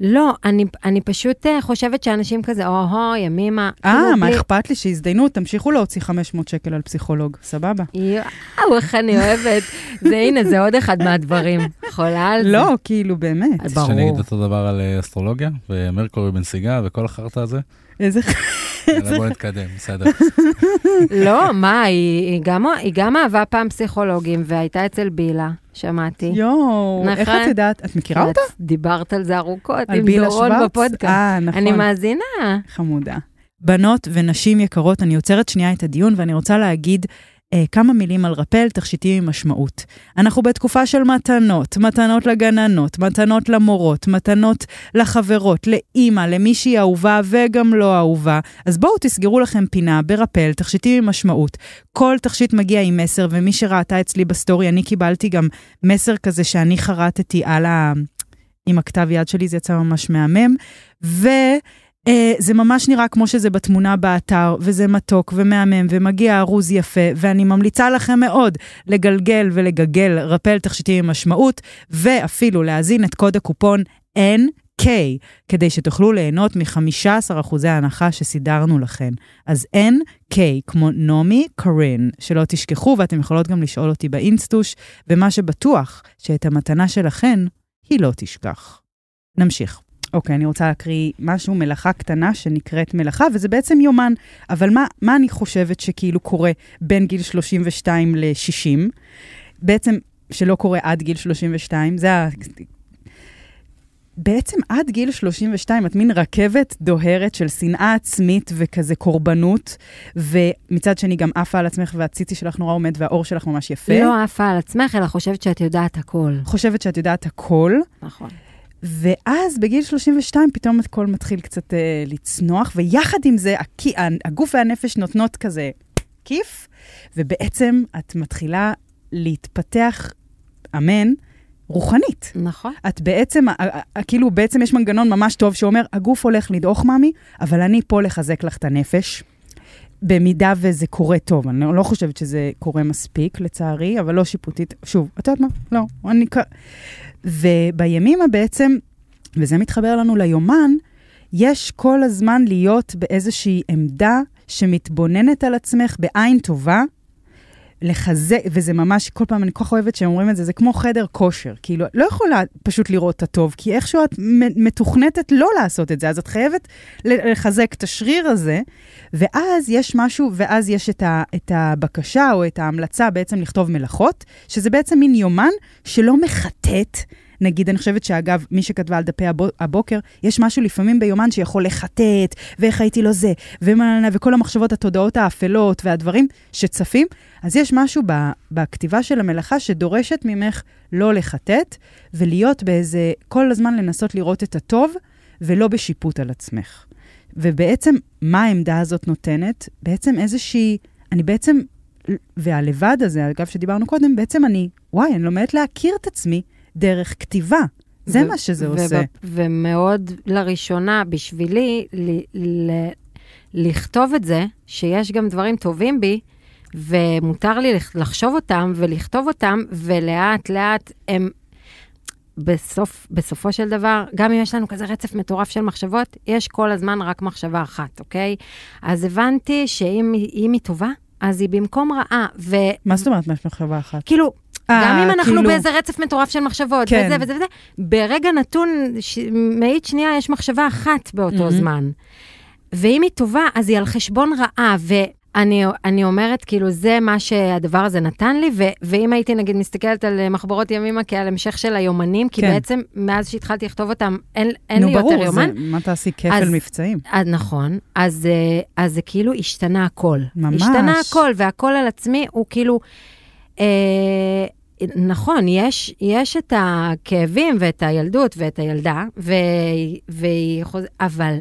A: לא, אני, אני פשוט אה, חושבת שאנשים כזה, או-הו, ימימה.
B: אה,
A: כאילו,
B: מה
A: בלי-
B: אכפת לי? שהזדיינו, תמשיכו להוציא 500 שקל על פסיכולוג, סבבה.
A: יואו, איך אני אוהבת. זה, הנה, זה עוד אחד מהדברים. חולה על זה.
B: לא, כאילו, באמת.
A: אז-
C: שאני
A: ברור.
C: אגיד אותו דבר על אה, אסטרולוגיה, ומרקורי בנסיגה, וכל החרטא הזה.
B: איזה...
C: יאללה, בוא נתקדם, בסדר.
A: לא, מה, היא, היא, גם, היא גם אהבה פעם פסיכולוגים, והייתה אצל בילה, שמעתי.
B: יואו, איך
A: אוקיי. נכון.
B: את יודעת? את מכירה אותה?
A: את דיברת על זה ארוכות,
B: על
A: עם
B: בילה
A: דורון
B: שוורץ?
A: בפודקאסט.
B: אה, נכון.
A: אני מאזינה.
B: חמודה. בנות ונשים יקרות, אני עוצרת שנייה את הדיון ואני רוצה להגיד אה, כמה מילים על רפל, תכשיטים עם משמעות. אנחנו בתקופה של מתנות, מתנות לגננות, מתנות למורות, מתנות לחברות, לאימא, למישהי אהובה וגם לא אהובה. אז בואו תסגרו לכם פינה ברפל, תכשיטים עם משמעות. כל תכשיט מגיע עם מסר, ומי שראתה אצלי בסטורי, אני קיבלתי גם מסר כזה שאני חרטתי על ה... עם הכתב יד שלי, זה יצא ממש מהמם. ו... אה, זה ממש נראה כמו שזה בתמונה באתר, וזה מתוק ומהמם, ומגיע ארוז יפה, ואני ממליצה לכם מאוד לגלגל ולגגל רפל תכשיטים עם משמעות, ואפילו להזין את קוד הקופון NK, כדי שתוכלו ליהנות מ-15% ההנחה שסידרנו לכם. אז NK, כמו נעמי קורין, שלא תשכחו, ואתם יכולות גם לשאול אותי באינסטוש, ומה שבטוח, שאת המתנה שלכן, היא לא תשכח. נמשיך. אוקיי, אני רוצה להקריא משהו, מלאכה קטנה שנקראת מלאכה, וזה בעצם יומן. אבל מה, מה אני חושבת שכאילו קורה בין גיל 32 ל-60? בעצם, שלא קורה עד גיל 32, זה ה... בעצם עד גיל 32 את מין רכבת דוהרת של שנאה עצמית וכזה קורבנות, ומצד שני גם עפה על עצמך והציצי שלך נורא עומד והאור שלך ממש יפה.
A: לא עפה על עצמך, אלא חושבת שאת יודעת הכל.
B: חושבת שאת יודעת הכל,
A: נכון.
B: ואז בגיל 32 פתאום הכל מתחיל קצת אה, לצנוח, ויחד עם זה הכי, הגוף והנפש נותנות כזה מקיף, ובעצם את מתחילה להתפתח, אמן, רוחנית.
A: נכון.
B: את בעצם, ה- ה- ה- כאילו, בעצם יש מנגנון ממש טוב שאומר, הגוף הולך לדעוך, ממי, אבל אני פה לחזק לך את הנפש. במידה וזה קורה טוב, אני לא חושבת שזה קורה מספיק, לצערי, אבל לא שיפוטית. שוב, את יודעת מה? לא, אני... כ- ובימימה בעצם, וזה מתחבר לנו ליומן, יש כל הזמן להיות באיזושהי עמדה שמתבוננת על עצמך בעין טובה, לחזק, וזה ממש, כל פעם אני כל כך אוהבת שהם אומרים את זה, זה כמו חדר כושר. כאילו, את לא יכולה פשוט לראות את הטוב, כי איכשהו את מ- מתוכנתת לא לעשות את זה, אז את חייבת ל- לחזק את השריר הזה, ואז יש משהו, ואז יש את, ה, את הבקשה או את ההמלצה בעצם לכתוב מלאכות, שזה בעצם מין יומן שלא מחטט. נגיד, אני חושבת שאגב, מי שכתבה על דפי הבו- הבוקר, יש משהו לפעמים ביומן שיכול לחטט, ואיך הייתי לא זה, ומה, וכל המחשבות, התודעות האפלות והדברים שצפים. אז יש משהו ב, בכתיבה של המלאכה שדורשת ממך לא לחטט, ולהיות באיזה, כל הזמן לנסות לראות את הטוב, ולא בשיפוט על עצמך. ובעצם, מה העמדה הזאת נותנת? בעצם איזושהי, אני בעצם, והלבד הזה, אגב, שדיברנו קודם, בעצם אני, וואי, אני לומדת להכיר את עצמי דרך כתיבה. זה
A: ו-
B: מה שזה
A: וב-
B: עושה.
A: ומאוד לראשונה, בשבילי, ל- ל- לכתוב את זה, שיש גם דברים טובים בי, ומותר לי לח- לחשוב אותם ולכתוב אותם, ולאט-לאט הם... בסוף, בסופו של דבר, גם אם יש לנו כזה רצף מטורף של מחשבות, יש כל הזמן רק מחשבה אחת, אוקיי? אז הבנתי שאם היא- אם היא טובה, אז היא במקום רעה. כאילו, וכאילו,
B: מה זאת אומרת מחשבה אחת?
A: גם
B: אה,
A: אם אנחנו
B: כאילו-
A: באיזה רצף מטורף של מחשבות,
B: כן.
A: וזה וזה וזה, ברגע נתון, ש... מאית שנייה, יש מחשבה אחת באותו
B: מהמם.
A: mm-hmm. זמן. ואם היא טובה, אז היא על חשבון רעה, ואני אני אומרת, כאילו, זה מה שהדבר הזה נתן לי, ו... ואם הייתי, נגיד, מסתכלת על אה, מחברות ימימה כעל המשך של היומנים, כי
B: כן.
A: כן. בעצם, מאז שהתחלתי לכתוב אותם, אין, אין לי יותר
B: נו,
A: יומן.
B: ברור, זה- מה תעשי כפל
A: אז-
B: מבצעים?
A: אז נכון, אז, אה, אז זה כאילו השתנה הכל.
B: ממש.
A: השתנה הכל, והכל על עצמי הוא כאילו... אה, נכון, יש, יש את הכאבים ואת הילדות ואת הילדה, ו, והיא חוז... אבל...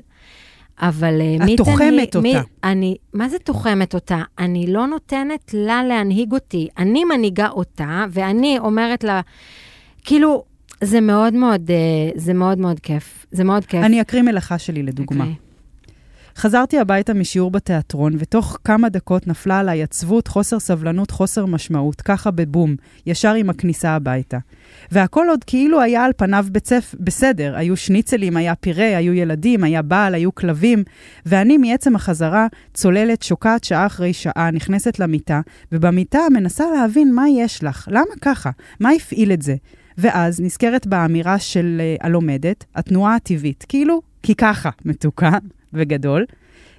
A: אבל אה,
B: את
A: מי ייתן לי...
B: תוחמת
A: מי,
B: אותה.
A: אני, מה זה תוחמת אותה? אני לא נותנת לה להנהיג אותי. אני מנהיגה אותה, ואני אומרת לה, כאילו, זה מאוד מאוד, אה, זה מאוד מאוד כיף. זה מאוד כיף.
B: אני אקריא מלאכה שלי לדוגמה.
A: אוקיי.
B: חזרתי הביתה משיעור בתיאטרון, ותוך כמה דקות נפלה עליי עצבות, חוסר סבלנות, חוסר משמעות, ככה בבום, ישר עם הכניסה הביתה. והכל עוד כאילו היה על פניו בצפ... בסדר, היו שניצלים, היה פירה, היו ילדים, היה בעל, היו כלבים, ואני מעצם החזרה צוללת, שוקעת שעה אחרי שעה, נכנסת למיטה, ובמיטה מנסה להבין מה יש לך, למה ככה, מה הפעיל את זה. ואז נזכרת באמירה של אה, הלומדת, התנועה הטבעית, כאילו, כי ככה, מתוקה וגדול,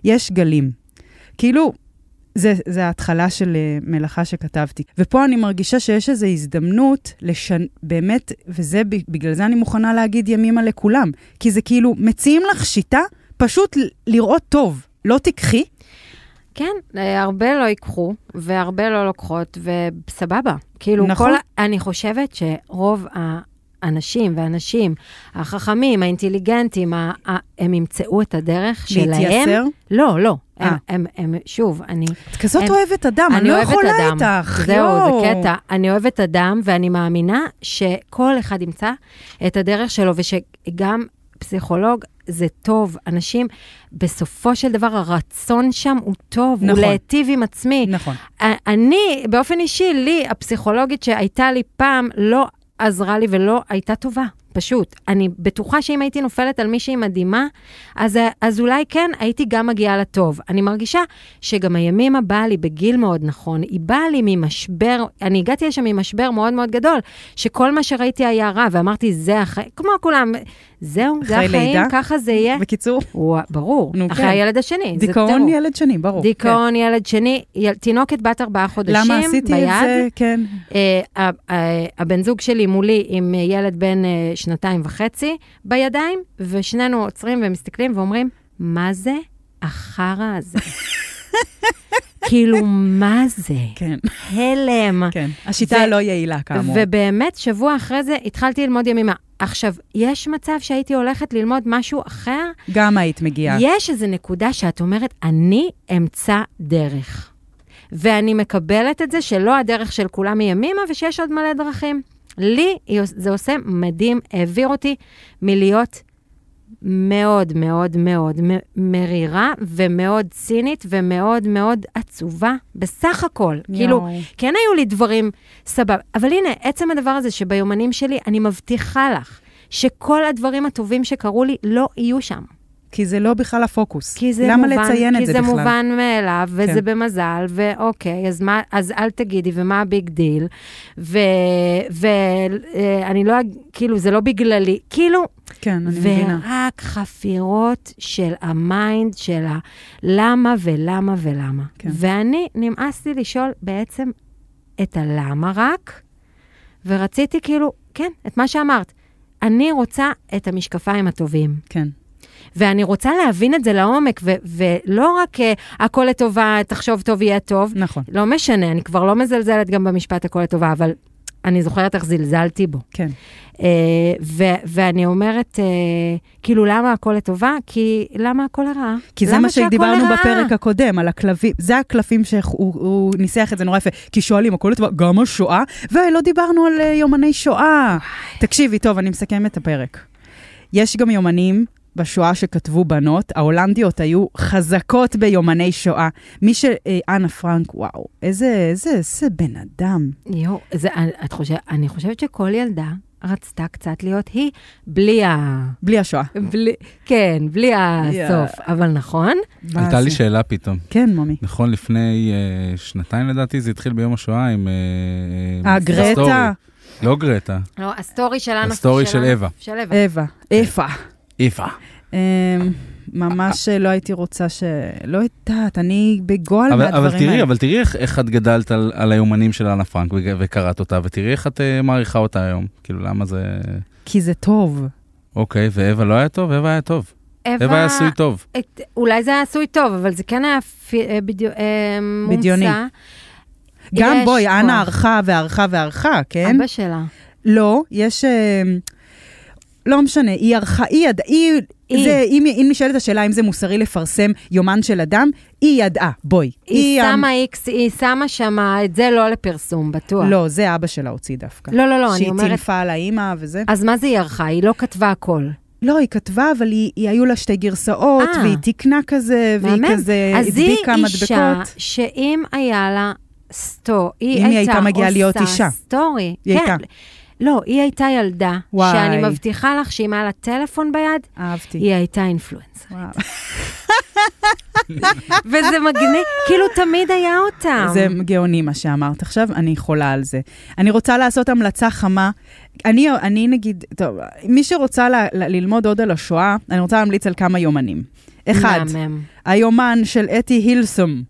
B: יש גלים. כאילו, זה, זה ההתחלה של אה, מלאכה שכתבתי. ופה אני מרגישה שיש איזו הזדמנות לשנ... באמת, וזה ב- בגלל זה אני מוכנה להגיד ימימה לכולם. כי זה כאילו, מציעים לך שיטה פשוט ל- לראות טוב. לא תיקחי,
A: כן, אה, הרבה לא ייקחו, והרבה לא לוקחות, וסבבה. כאילו,
B: נכון.
A: נכון. כל, אני חושבת שרוב האנשים והנשים החכמים, האינטליגנטים, ה, ה, הם ימצאו את הדרך שלהם.
B: להתייסר.
A: לא, לא.
B: אה.
A: הם, הם, הם, שוב, אני,
B: את כזאת
A: הם-
B: אוהבת אדם, אני,
A: אני
B: לא
A: אוהבת
B: יכולה
A: אדם.
B: איתך.
A: זהו,
B: יואו.
A: זה קטע. אני אוהבת אדם, ואני מאמינה שכל אחד ימצא את הדרך שלו, ושגם פסיכולוג זה טוב. אנשים, בסופו של דבר, הרצון שם הוא טוב,
B: נכון.
A: הוא להיטיב עם עצמי.
B: נכון.
A: אני, באופן אישי, לי, הפסיכולוגית שהייתה לי פעם, לא עזרה לי ולא הייתה טובה, פשוט. אני בטוחה שאם הייתי נופלת על מישהי מדהימה, אז, אז אולי כן, הייתי גם מגיעה לטוב. אני מרגישה שגם הימימה באה לי בגיל מאוד נכון. היא באה לי ממשבר, אני הגעתי לשם ממשבר מאוד מאוד גדול, שכל מה שראיתי היה רע, ואמרתי, זה החיים, כמו כולם, זהו, זה
B: אחרי
A: החיים,
B: לידה?
A: ככה זה יהיה.
B: בקיצור,
A: וואו, ברור,
B: נו,
A: אחרי
B: כן.
A: הילד השני, זה טירוף.
B: דיכאון ילד שני, ברור.
A: דיכאון ילד שני, יל- תינוקת בת ארבעה
B: כן.
A: חודשים ביד.
B: למה עשיתי את זה? כן.
A: אה, ה- ה- הבן זוג שלי מולי עם אה, ילד בן אה, שנתיים וחצי בידיים, ושנינו עוצרים ומסתכלים ואומרים, מה זה החרא הזה? כאילו, מה זה?
B: כן,
A: הלם.
B: כן. השיטה
A: ו-
B: הלא יעילה, כאמור.
A: ובאמת, שבוע אחרי זה התחלתי ללמוד ימימה. עכשיו, יש מצב שהייתי הולכת ללמוד משהו אחר?
B: גם היית מגיעה.
A: יש איזו נקודה שאת אומרת, אני אמצא דרך. ואני מקבלת את זה שלא הדרך של כולם היא ימימה ושיש עוד מלא דרכים. לי היא עוש- זה עושה מדהים, העביר אותי מלהיות מאוד מאוד מאוד מ- מרירה ומאוד צינית ומאוד מאוד עצובה בסך הכל. יאו. כאילו, כן היו לי דברים סבבה. אבל הנה, עצם הדבר הזה שביומנים שלי, אני מבטיחה לך שכל הדברים הטובים שקרו לי לא יהיו שם.
B: כי זה לא בכלל הפוקוס.
A: כי זה
B: למה
A: מובן,
B: לציין
A: כי
B: את זה,
A: זה
B: בכלל?
A: מובן מאליו, וזה
B: כן.
A: כן. במזל, ואוקיי, אז, מה, אז אל תגידי, ומה הביג דיל? ואני לא, אג- כאילו, זה לא בגללי, כאילו,
B: כן, אני מבינה.
A: ורק חפירות של המיינד, של הלמה ולמה ולמה.
B: כן.
A: כן. ואני, נמאס לי לשאול בעצם את הלמה רק, ורציתי כאילו, כן, את מה שאמרת. אני רוצה את המשקפיים הטובים.
B: כן.
A: ואני רוצה להבין את זה לעומק, ו- ולא רק אה, הכל לטובה, תחשוב טוב, יהיה טוב.
B: נכון,
A: לא משנה, אני כבר לא מזלזלת גם במשפט הכל לטובה, אבל אני זוכרת איך זלזלתי בו.
B: כן.
A: אה, ו- ואני אומרת, אה, כאילו, למה הכל לטובה? כי למה הכל לרעה?
B: כי זה
A: למה
B: מה
A: שהכל
B: שדיברנו
A: לרעה?
B: בפרק הקודם, על הקלפים, זה הקלפים שהוא הוא ניסח את זה נורא יפה, כי שואלים, הכל לטובה, גם השואה, ולא דיברנו על אה, יומני שואה. תקשיבי, טוב, אני מסכמת את הפרק. יש גם יומנים בשואה שכתבו בנות, ההולנדיות היו חזקות ביומני שואה. מי ש... אה, אנה פרנק, וואו, איזה, איזה, איזה בן אדם.
A: יואו, זה- אה, את חושבת- אני חושבת שכל ילדה רצתה קצת להיות היא, בלי ה...
B: בלי השואה.
A: בלי, כן, בלי הסוף,
B: יאה.
A: אבל נכון.
C: עלתה לי
B: ואז-
C: שאלה פתאום.
B: כן, מומי.
C: נכון, לפני אה, שנתיים לדעתי, זה התחיל ביום השואה עם... אה, אה,
B: אה,
C: הסטורי.
B: גרטה,
C: לא גרטה,
A: לא, הסטורי שלנו...
C: הסטורי של
A: שלנו-
C: אווה.
A: של אווה.
B: אווה, איפה.
C: איפה.
B: אמ, ממש לא הייתי רוצה ש... לא יודעת, אני בגועל
C: אבל,
B: מהדברים
C: אבל תראי,
B: האלה.
C: אבל תראי איך, איך את גדלת על, על היומנים של אנה פרנק וג- וקראת אותה, ותראי איך את אה, מעריכה אותה היום. כאילו, למה זה...
B: כי זה טוב.
C: אוקיי, ואווה לא היה טוב? אווה היה טוב. אווה היה עשוי טוב.
A: את, אולי זה היה עשוי טוב, אבל זה כן היה פי, אה, בדיו, אה, מומצא.
B: בדיוני. גם
A: יש
B: בואי, אנה
A: כוח.
B: ערכה וערכה וערכה, כן?
A: אבא שלה.
B: לא, יש... אמ, לא משנה, היא ערכה, היא ידעה, היא...
A: היא.
B: זה, אם, אם נשאלת השאלה אם זה מוסרי לפרסם יומן של אדם, היא ידעה, בואי.
A: היא
B: אמ,
A: שמה איקס, היא שמה שמה, את זה לא לפרסום, בטוח.
B: לא, זה אבא שלה הוציא דווקא.
A: לא, לא, לא, אני
B: שהיא
A: אומרת...
B: טינפה על האימא וזה.
A: אז מה זה היא ערכה? היא לא כתבה הכל.
B: לא, היא כתבה, אבל היא, היא היו לה שתי גרסאות,
A: אה.
B: והיא תיקנה כזה, והיא
A: מהמם.
B: כזה
A: אז היא
B: הדביקה
A: אישה
B: מדבקות.
A: שאם היה לה סטו, היא
B: אם
A: הייתה,
B: היא הייתה מגיעה להיות
A: עושה
B: אישה.
A: סטורי.
B: היא
A: כן.
B: הייתה.
A: לא, היא הייתה ילדה,
B: וואי.
A: שאני מבטיחה לך שאם היה לה טלפון ביד,
B: אהבתי.
A: היא הייתה אינפלואנסר.
B: וואו.
A: וזה מגניב, כאילו תמיד היה אותם.
B: זה גאוני מה שאמרת עכשיו, אני חולה על זה. אני רוצה לעשות המלצה חמה. אני, אני נגיד, טוב, מי שרוצה ל, ל, ללמוד עוד על השואה, אני רוצה להמליץ על כמה יומנים. אחד,
A: מהמם.
B: היומן של אתי הילסום.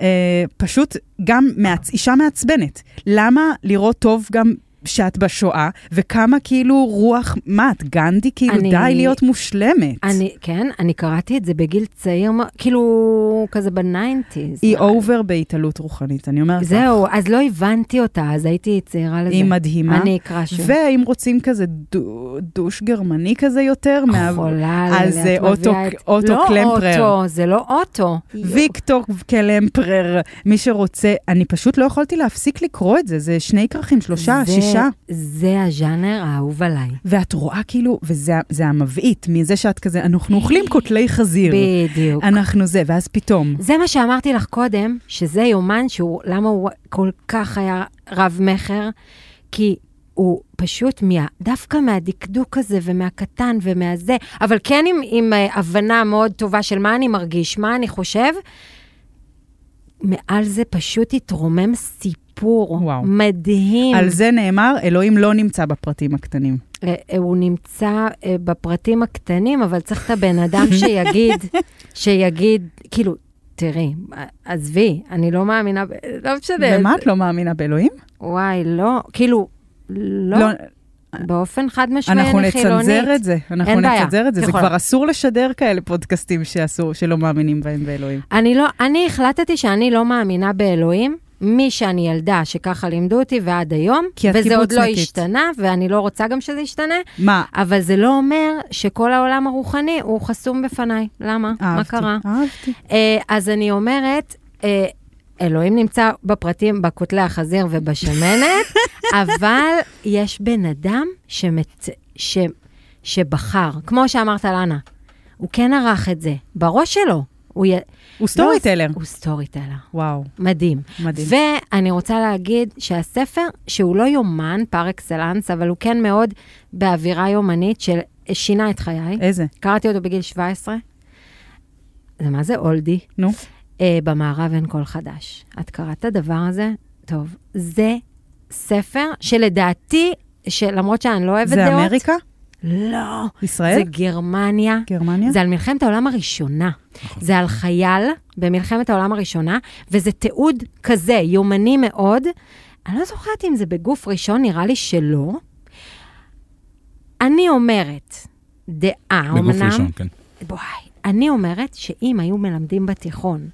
B: אה, פשוט גם מעצ... אישה מעצבנת. למה לראות טוב גם שאת בשואה, וכמה כאילו רוח, מה את, גנדי? כאילו אני...
A: אני-
B: די להיות מושלמת.
A: אני, כן, אני קראתי את זה בגיל צעיר, מאוד, כאילו, כזה בניינטיז.
B: היא אובר בהתעלות רוחנית, אני אומרת לך.
A: זהו, אז לא הבנתי אותה, אז הייתי צעירה לזה.
B: היא מדהימה.
A: אני אקרא שוב.
B: ואם רוצים כזה דו- דוש גרמני כזה יותר, מה-
A: חולה עליה,
B: אז,
A: את
B: אה, אוטו-
A: מביאה את-
B: אוטו קלמפרר.
A: לא אוטו, זה לא אוטו.
B: ויקטור קלמפרר, מי שרוצה, אני פשוט לא יכולתי להפסיק לקרוא את זה, זה שני כרכים, שלושה,
A: זה-
B: שישה.
A: זה הז'אנר האהוב עליי.
B: ואת רואה כאילו, וזה זה המבעית, מזה שאת כזה, אנחנו אוכלים קוטלי חזיר.
A: בדיוק.
B: אנחנו זה, ואז פתאום.
A: זה מה שאמרתי לך קודם, שזה יומן שהוא, למה הוא כל כך היה רב-מכר? כי הוא פשוט מה, דווקא מהדקדוק הזה ומהקטן ומהזה, אבל כן עם, עם אה, הבנה מאוד טובה של מה אני מרגיש, מה אני חושב, מעל זה פשוט התרומם סיפור
B: וואו.
A: מדהים.
B: על זה נאמר, אלוהים לא נמצא בפרטים הקטנים.
A: אה, אה, הוא נמצא אה, בפרטים הקטנים, אבל צריך את הבן אדם שיגיד, שיגיד, כאילו, תראי, אה, עזבי, אני לא מאמינה, ב- לא משנה.
B: ומה את לא מאמינה באלוהים?
A: וואי, לא, כאילו, לא, באופן חד משמעי,
B: אנחנו
A: אני חילונית.
B: נצנזר את זה, אנחנו
A: אין בעיה, נכון.
B: נצנזר את זה, זה
A: יכולה.
B: כבר אסור לשדר כאלה פודקאסטים שאסור, שלא מאמינים בהם באלוהים.
A: אני לא, אני החלטתי שאני לא מאמינה באלוהים. מי שאני ילדה, שככה לימדו אותי ועד היום,
B: כי את
A: וזה עוד לא
B: קיבוצניקית.
A: השתנה, ואני לא רוצה גם שזה ישתנה,
B: מה?
A: אבל זה לא אומר שכל העולם הרוחני הוא חסום בפניי. למה? מה
B: אהבתי,
A: קרה?
B: אהבתי.
A: אה, אז אני אומרת, אה, אלוהים נמצא בפרטים, בכותלי החזיר ובשמנת, אבל יש בן אדם שמצ... ש... שבחר, כמו שאמרת לאנה, הוא כן ערך את זה, בראש שלו. הוא, י...
B: הוא סטורי טלר.
A: הוא סטורי טלר.
B: וואו,
A: מדהים.
B: כן. מדהים.
A: ואני רוצה להגיד שהספר, שהוא לא יומן פר אקסלנס, אבל הוא כן מאוד באווירה יומנית של שינה את חיי.
B: איזה?
A: קראתי אותו בגיל 17. זה מה זה אולדי?
B: נו.
A: אה, במערב אין קול חדש. את קראת את הדבר הזה? טוב. זה ספר שלדעתי, שלמרות שאני לא אוהבת
B: זה אה?
A: דעות...
B: אמריקה?
A: לא.
B: ישראל?
A: זה גרמניה.
B: גרמניה?
A: זה על מלחמת העולם הראשונה. זה על חייל במלחמת העולם הראשונה, וזה תיעוד כזה, יומני מאוד. אני לא זוכרת אם זה בגוף ראשון, נראה לי שלא. אני אומרת, דעה,
C: בגוף
A: אמנם...
C: ראשון, כן.
A: בואי, אני אומרת שאם היו מלמדים בתיכון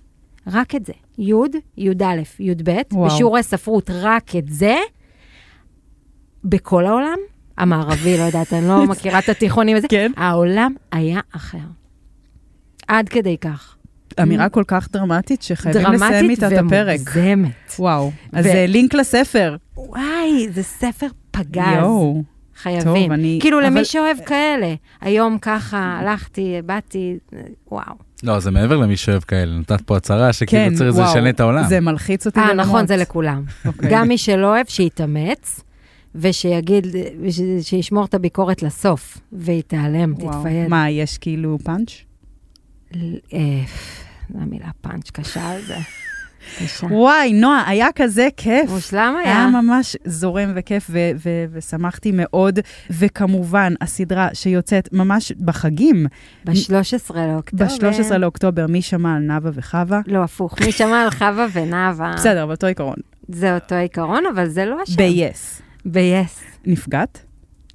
A: רק את זה, י', י"א, י"ב,
B: וואו.
A: בשיעורי ספרות רק את זה, בכל העולם, המערבי, לא יודעת, אני לא מכירה את התיכונים וזה,
B: כן.
A: העולם היה אחר. עד כדי כך.
B: אמירה כל כך דרמטית, שחייבים לסיים
A: Mm. דרמטית
B: איתה את הפרק.
A: ומוגזמת.
B: וואו. אז
A: ו-
B: אה, לינק לספר.
A: וואי, זה ספר פגז.
B: יואו.
A: חייבים.
B: טוב, אני-
A: כאילו,
B: אבל-
A: למי שאוהב כאלה. היום ככה, הלכתי, באתי, וואו.
C: לא, זה מעבר למי שאוהב כאלה, נתת פה הצהרה
B: כן,
C: שכאילו צריך זה
B: וואו.
C: לשנה את העולם.
B: זה מלחיץ אותי
A: אה,
B: ברמות.
A: נכון, זה לכולם.
B: אוקיי.
A: גם מי שלא אוהב, שיתאמץ, ושיגיד, וש, שישמור את הביקורת לסוף, והיא תיעלם,
B: וואו.
A: תתפייד.
B: מה, יש כאילו פאנץ'?
A: ל- אה, זו המילה פאנץ' קשה על זה. קשה.
B: וואי, נועה, היה כזה כיף.
A: מושלם אה. היה.
B: היה ממש זורם וכיף, ו- ו- ושמחתי מאוד. וכמובן, הסדרה שיוצאת ממש בחגים,
A: ב-13 לאוקטובר.
B: ב-13 לא- לאוקטובר, מי שמע על נאוה וחווה?
A: לא, הפוך. מי שמע על חווה ונאווה,
B: בסדר, אבל אותו עיקרון.
A: זה אותו עיקרון, אבל זה לא השם.
B: ב-yes.
A: ב-yes.
B: נפגעת?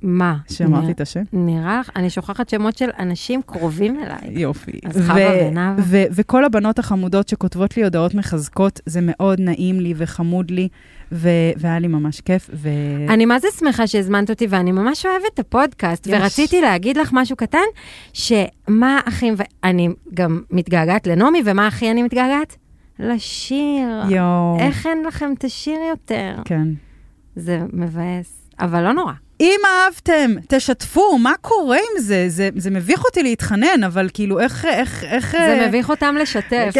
A: מה?
B: שאמרתי
A: נרא-
B: את השם?
A: נראה לך? אני שוכחת שמות של אנשים קרובים אליי.
B: יופי.
A: אז חווה ונאוה.
B: ו- וכל הבנות החמודות שכותבות לי הודעות מחזקות, זה מאוד נעים לי וחמוד לי, ו- והיה לי ממש כיף. ו...
A: אני מה זה שמחה שהזמנת אותי, ואני ממש אוהבת את הפודקאסט,
B: יש.
A: ורציתי להגיד לך משהו קטן, שמה הכי, ואני גם מתגעגעת לנעמי, ומה הכי אני מתגעגעת? לשיר.
B: יואו.
A: איך אין לכם את השיר יותר?
B: כן.
A: זה מבאס, אבל לא נורא.
B: אם אהבתם, תשתפו, מה קורה עם זה? זה, זה מביך אותי להתחנן, אבל כאילו, איך... איך, איך
A: זה
B: אה,
A: מביך אותם לשתף.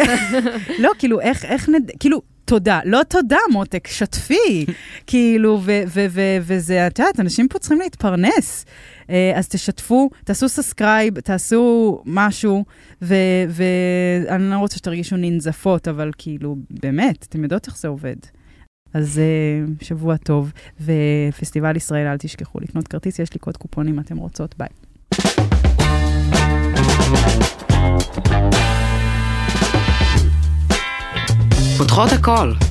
B: לא, כאילו, איך, איך נד... כאילו, תודה. לא תודה, מותק, שתפי. כאילו, ו- ו- ו- וזה, את יודעת, אנשים פה צריכים להתפרנס. אה, אז תשתפו, תעשו סאסקרייב, תעשו משהו, ואני ו- אני לא רוצה שתרגישו ננזפות, אבל כאילו, באמת, אתם יודעות איך זה עובד. אז אה, שבוע טוב, ופסטיבל ישראל, אל תשכחו לקנות כרטיס, יש לי קוד קופון אם אתם רוצות, ביי.
D: פותחות הכל,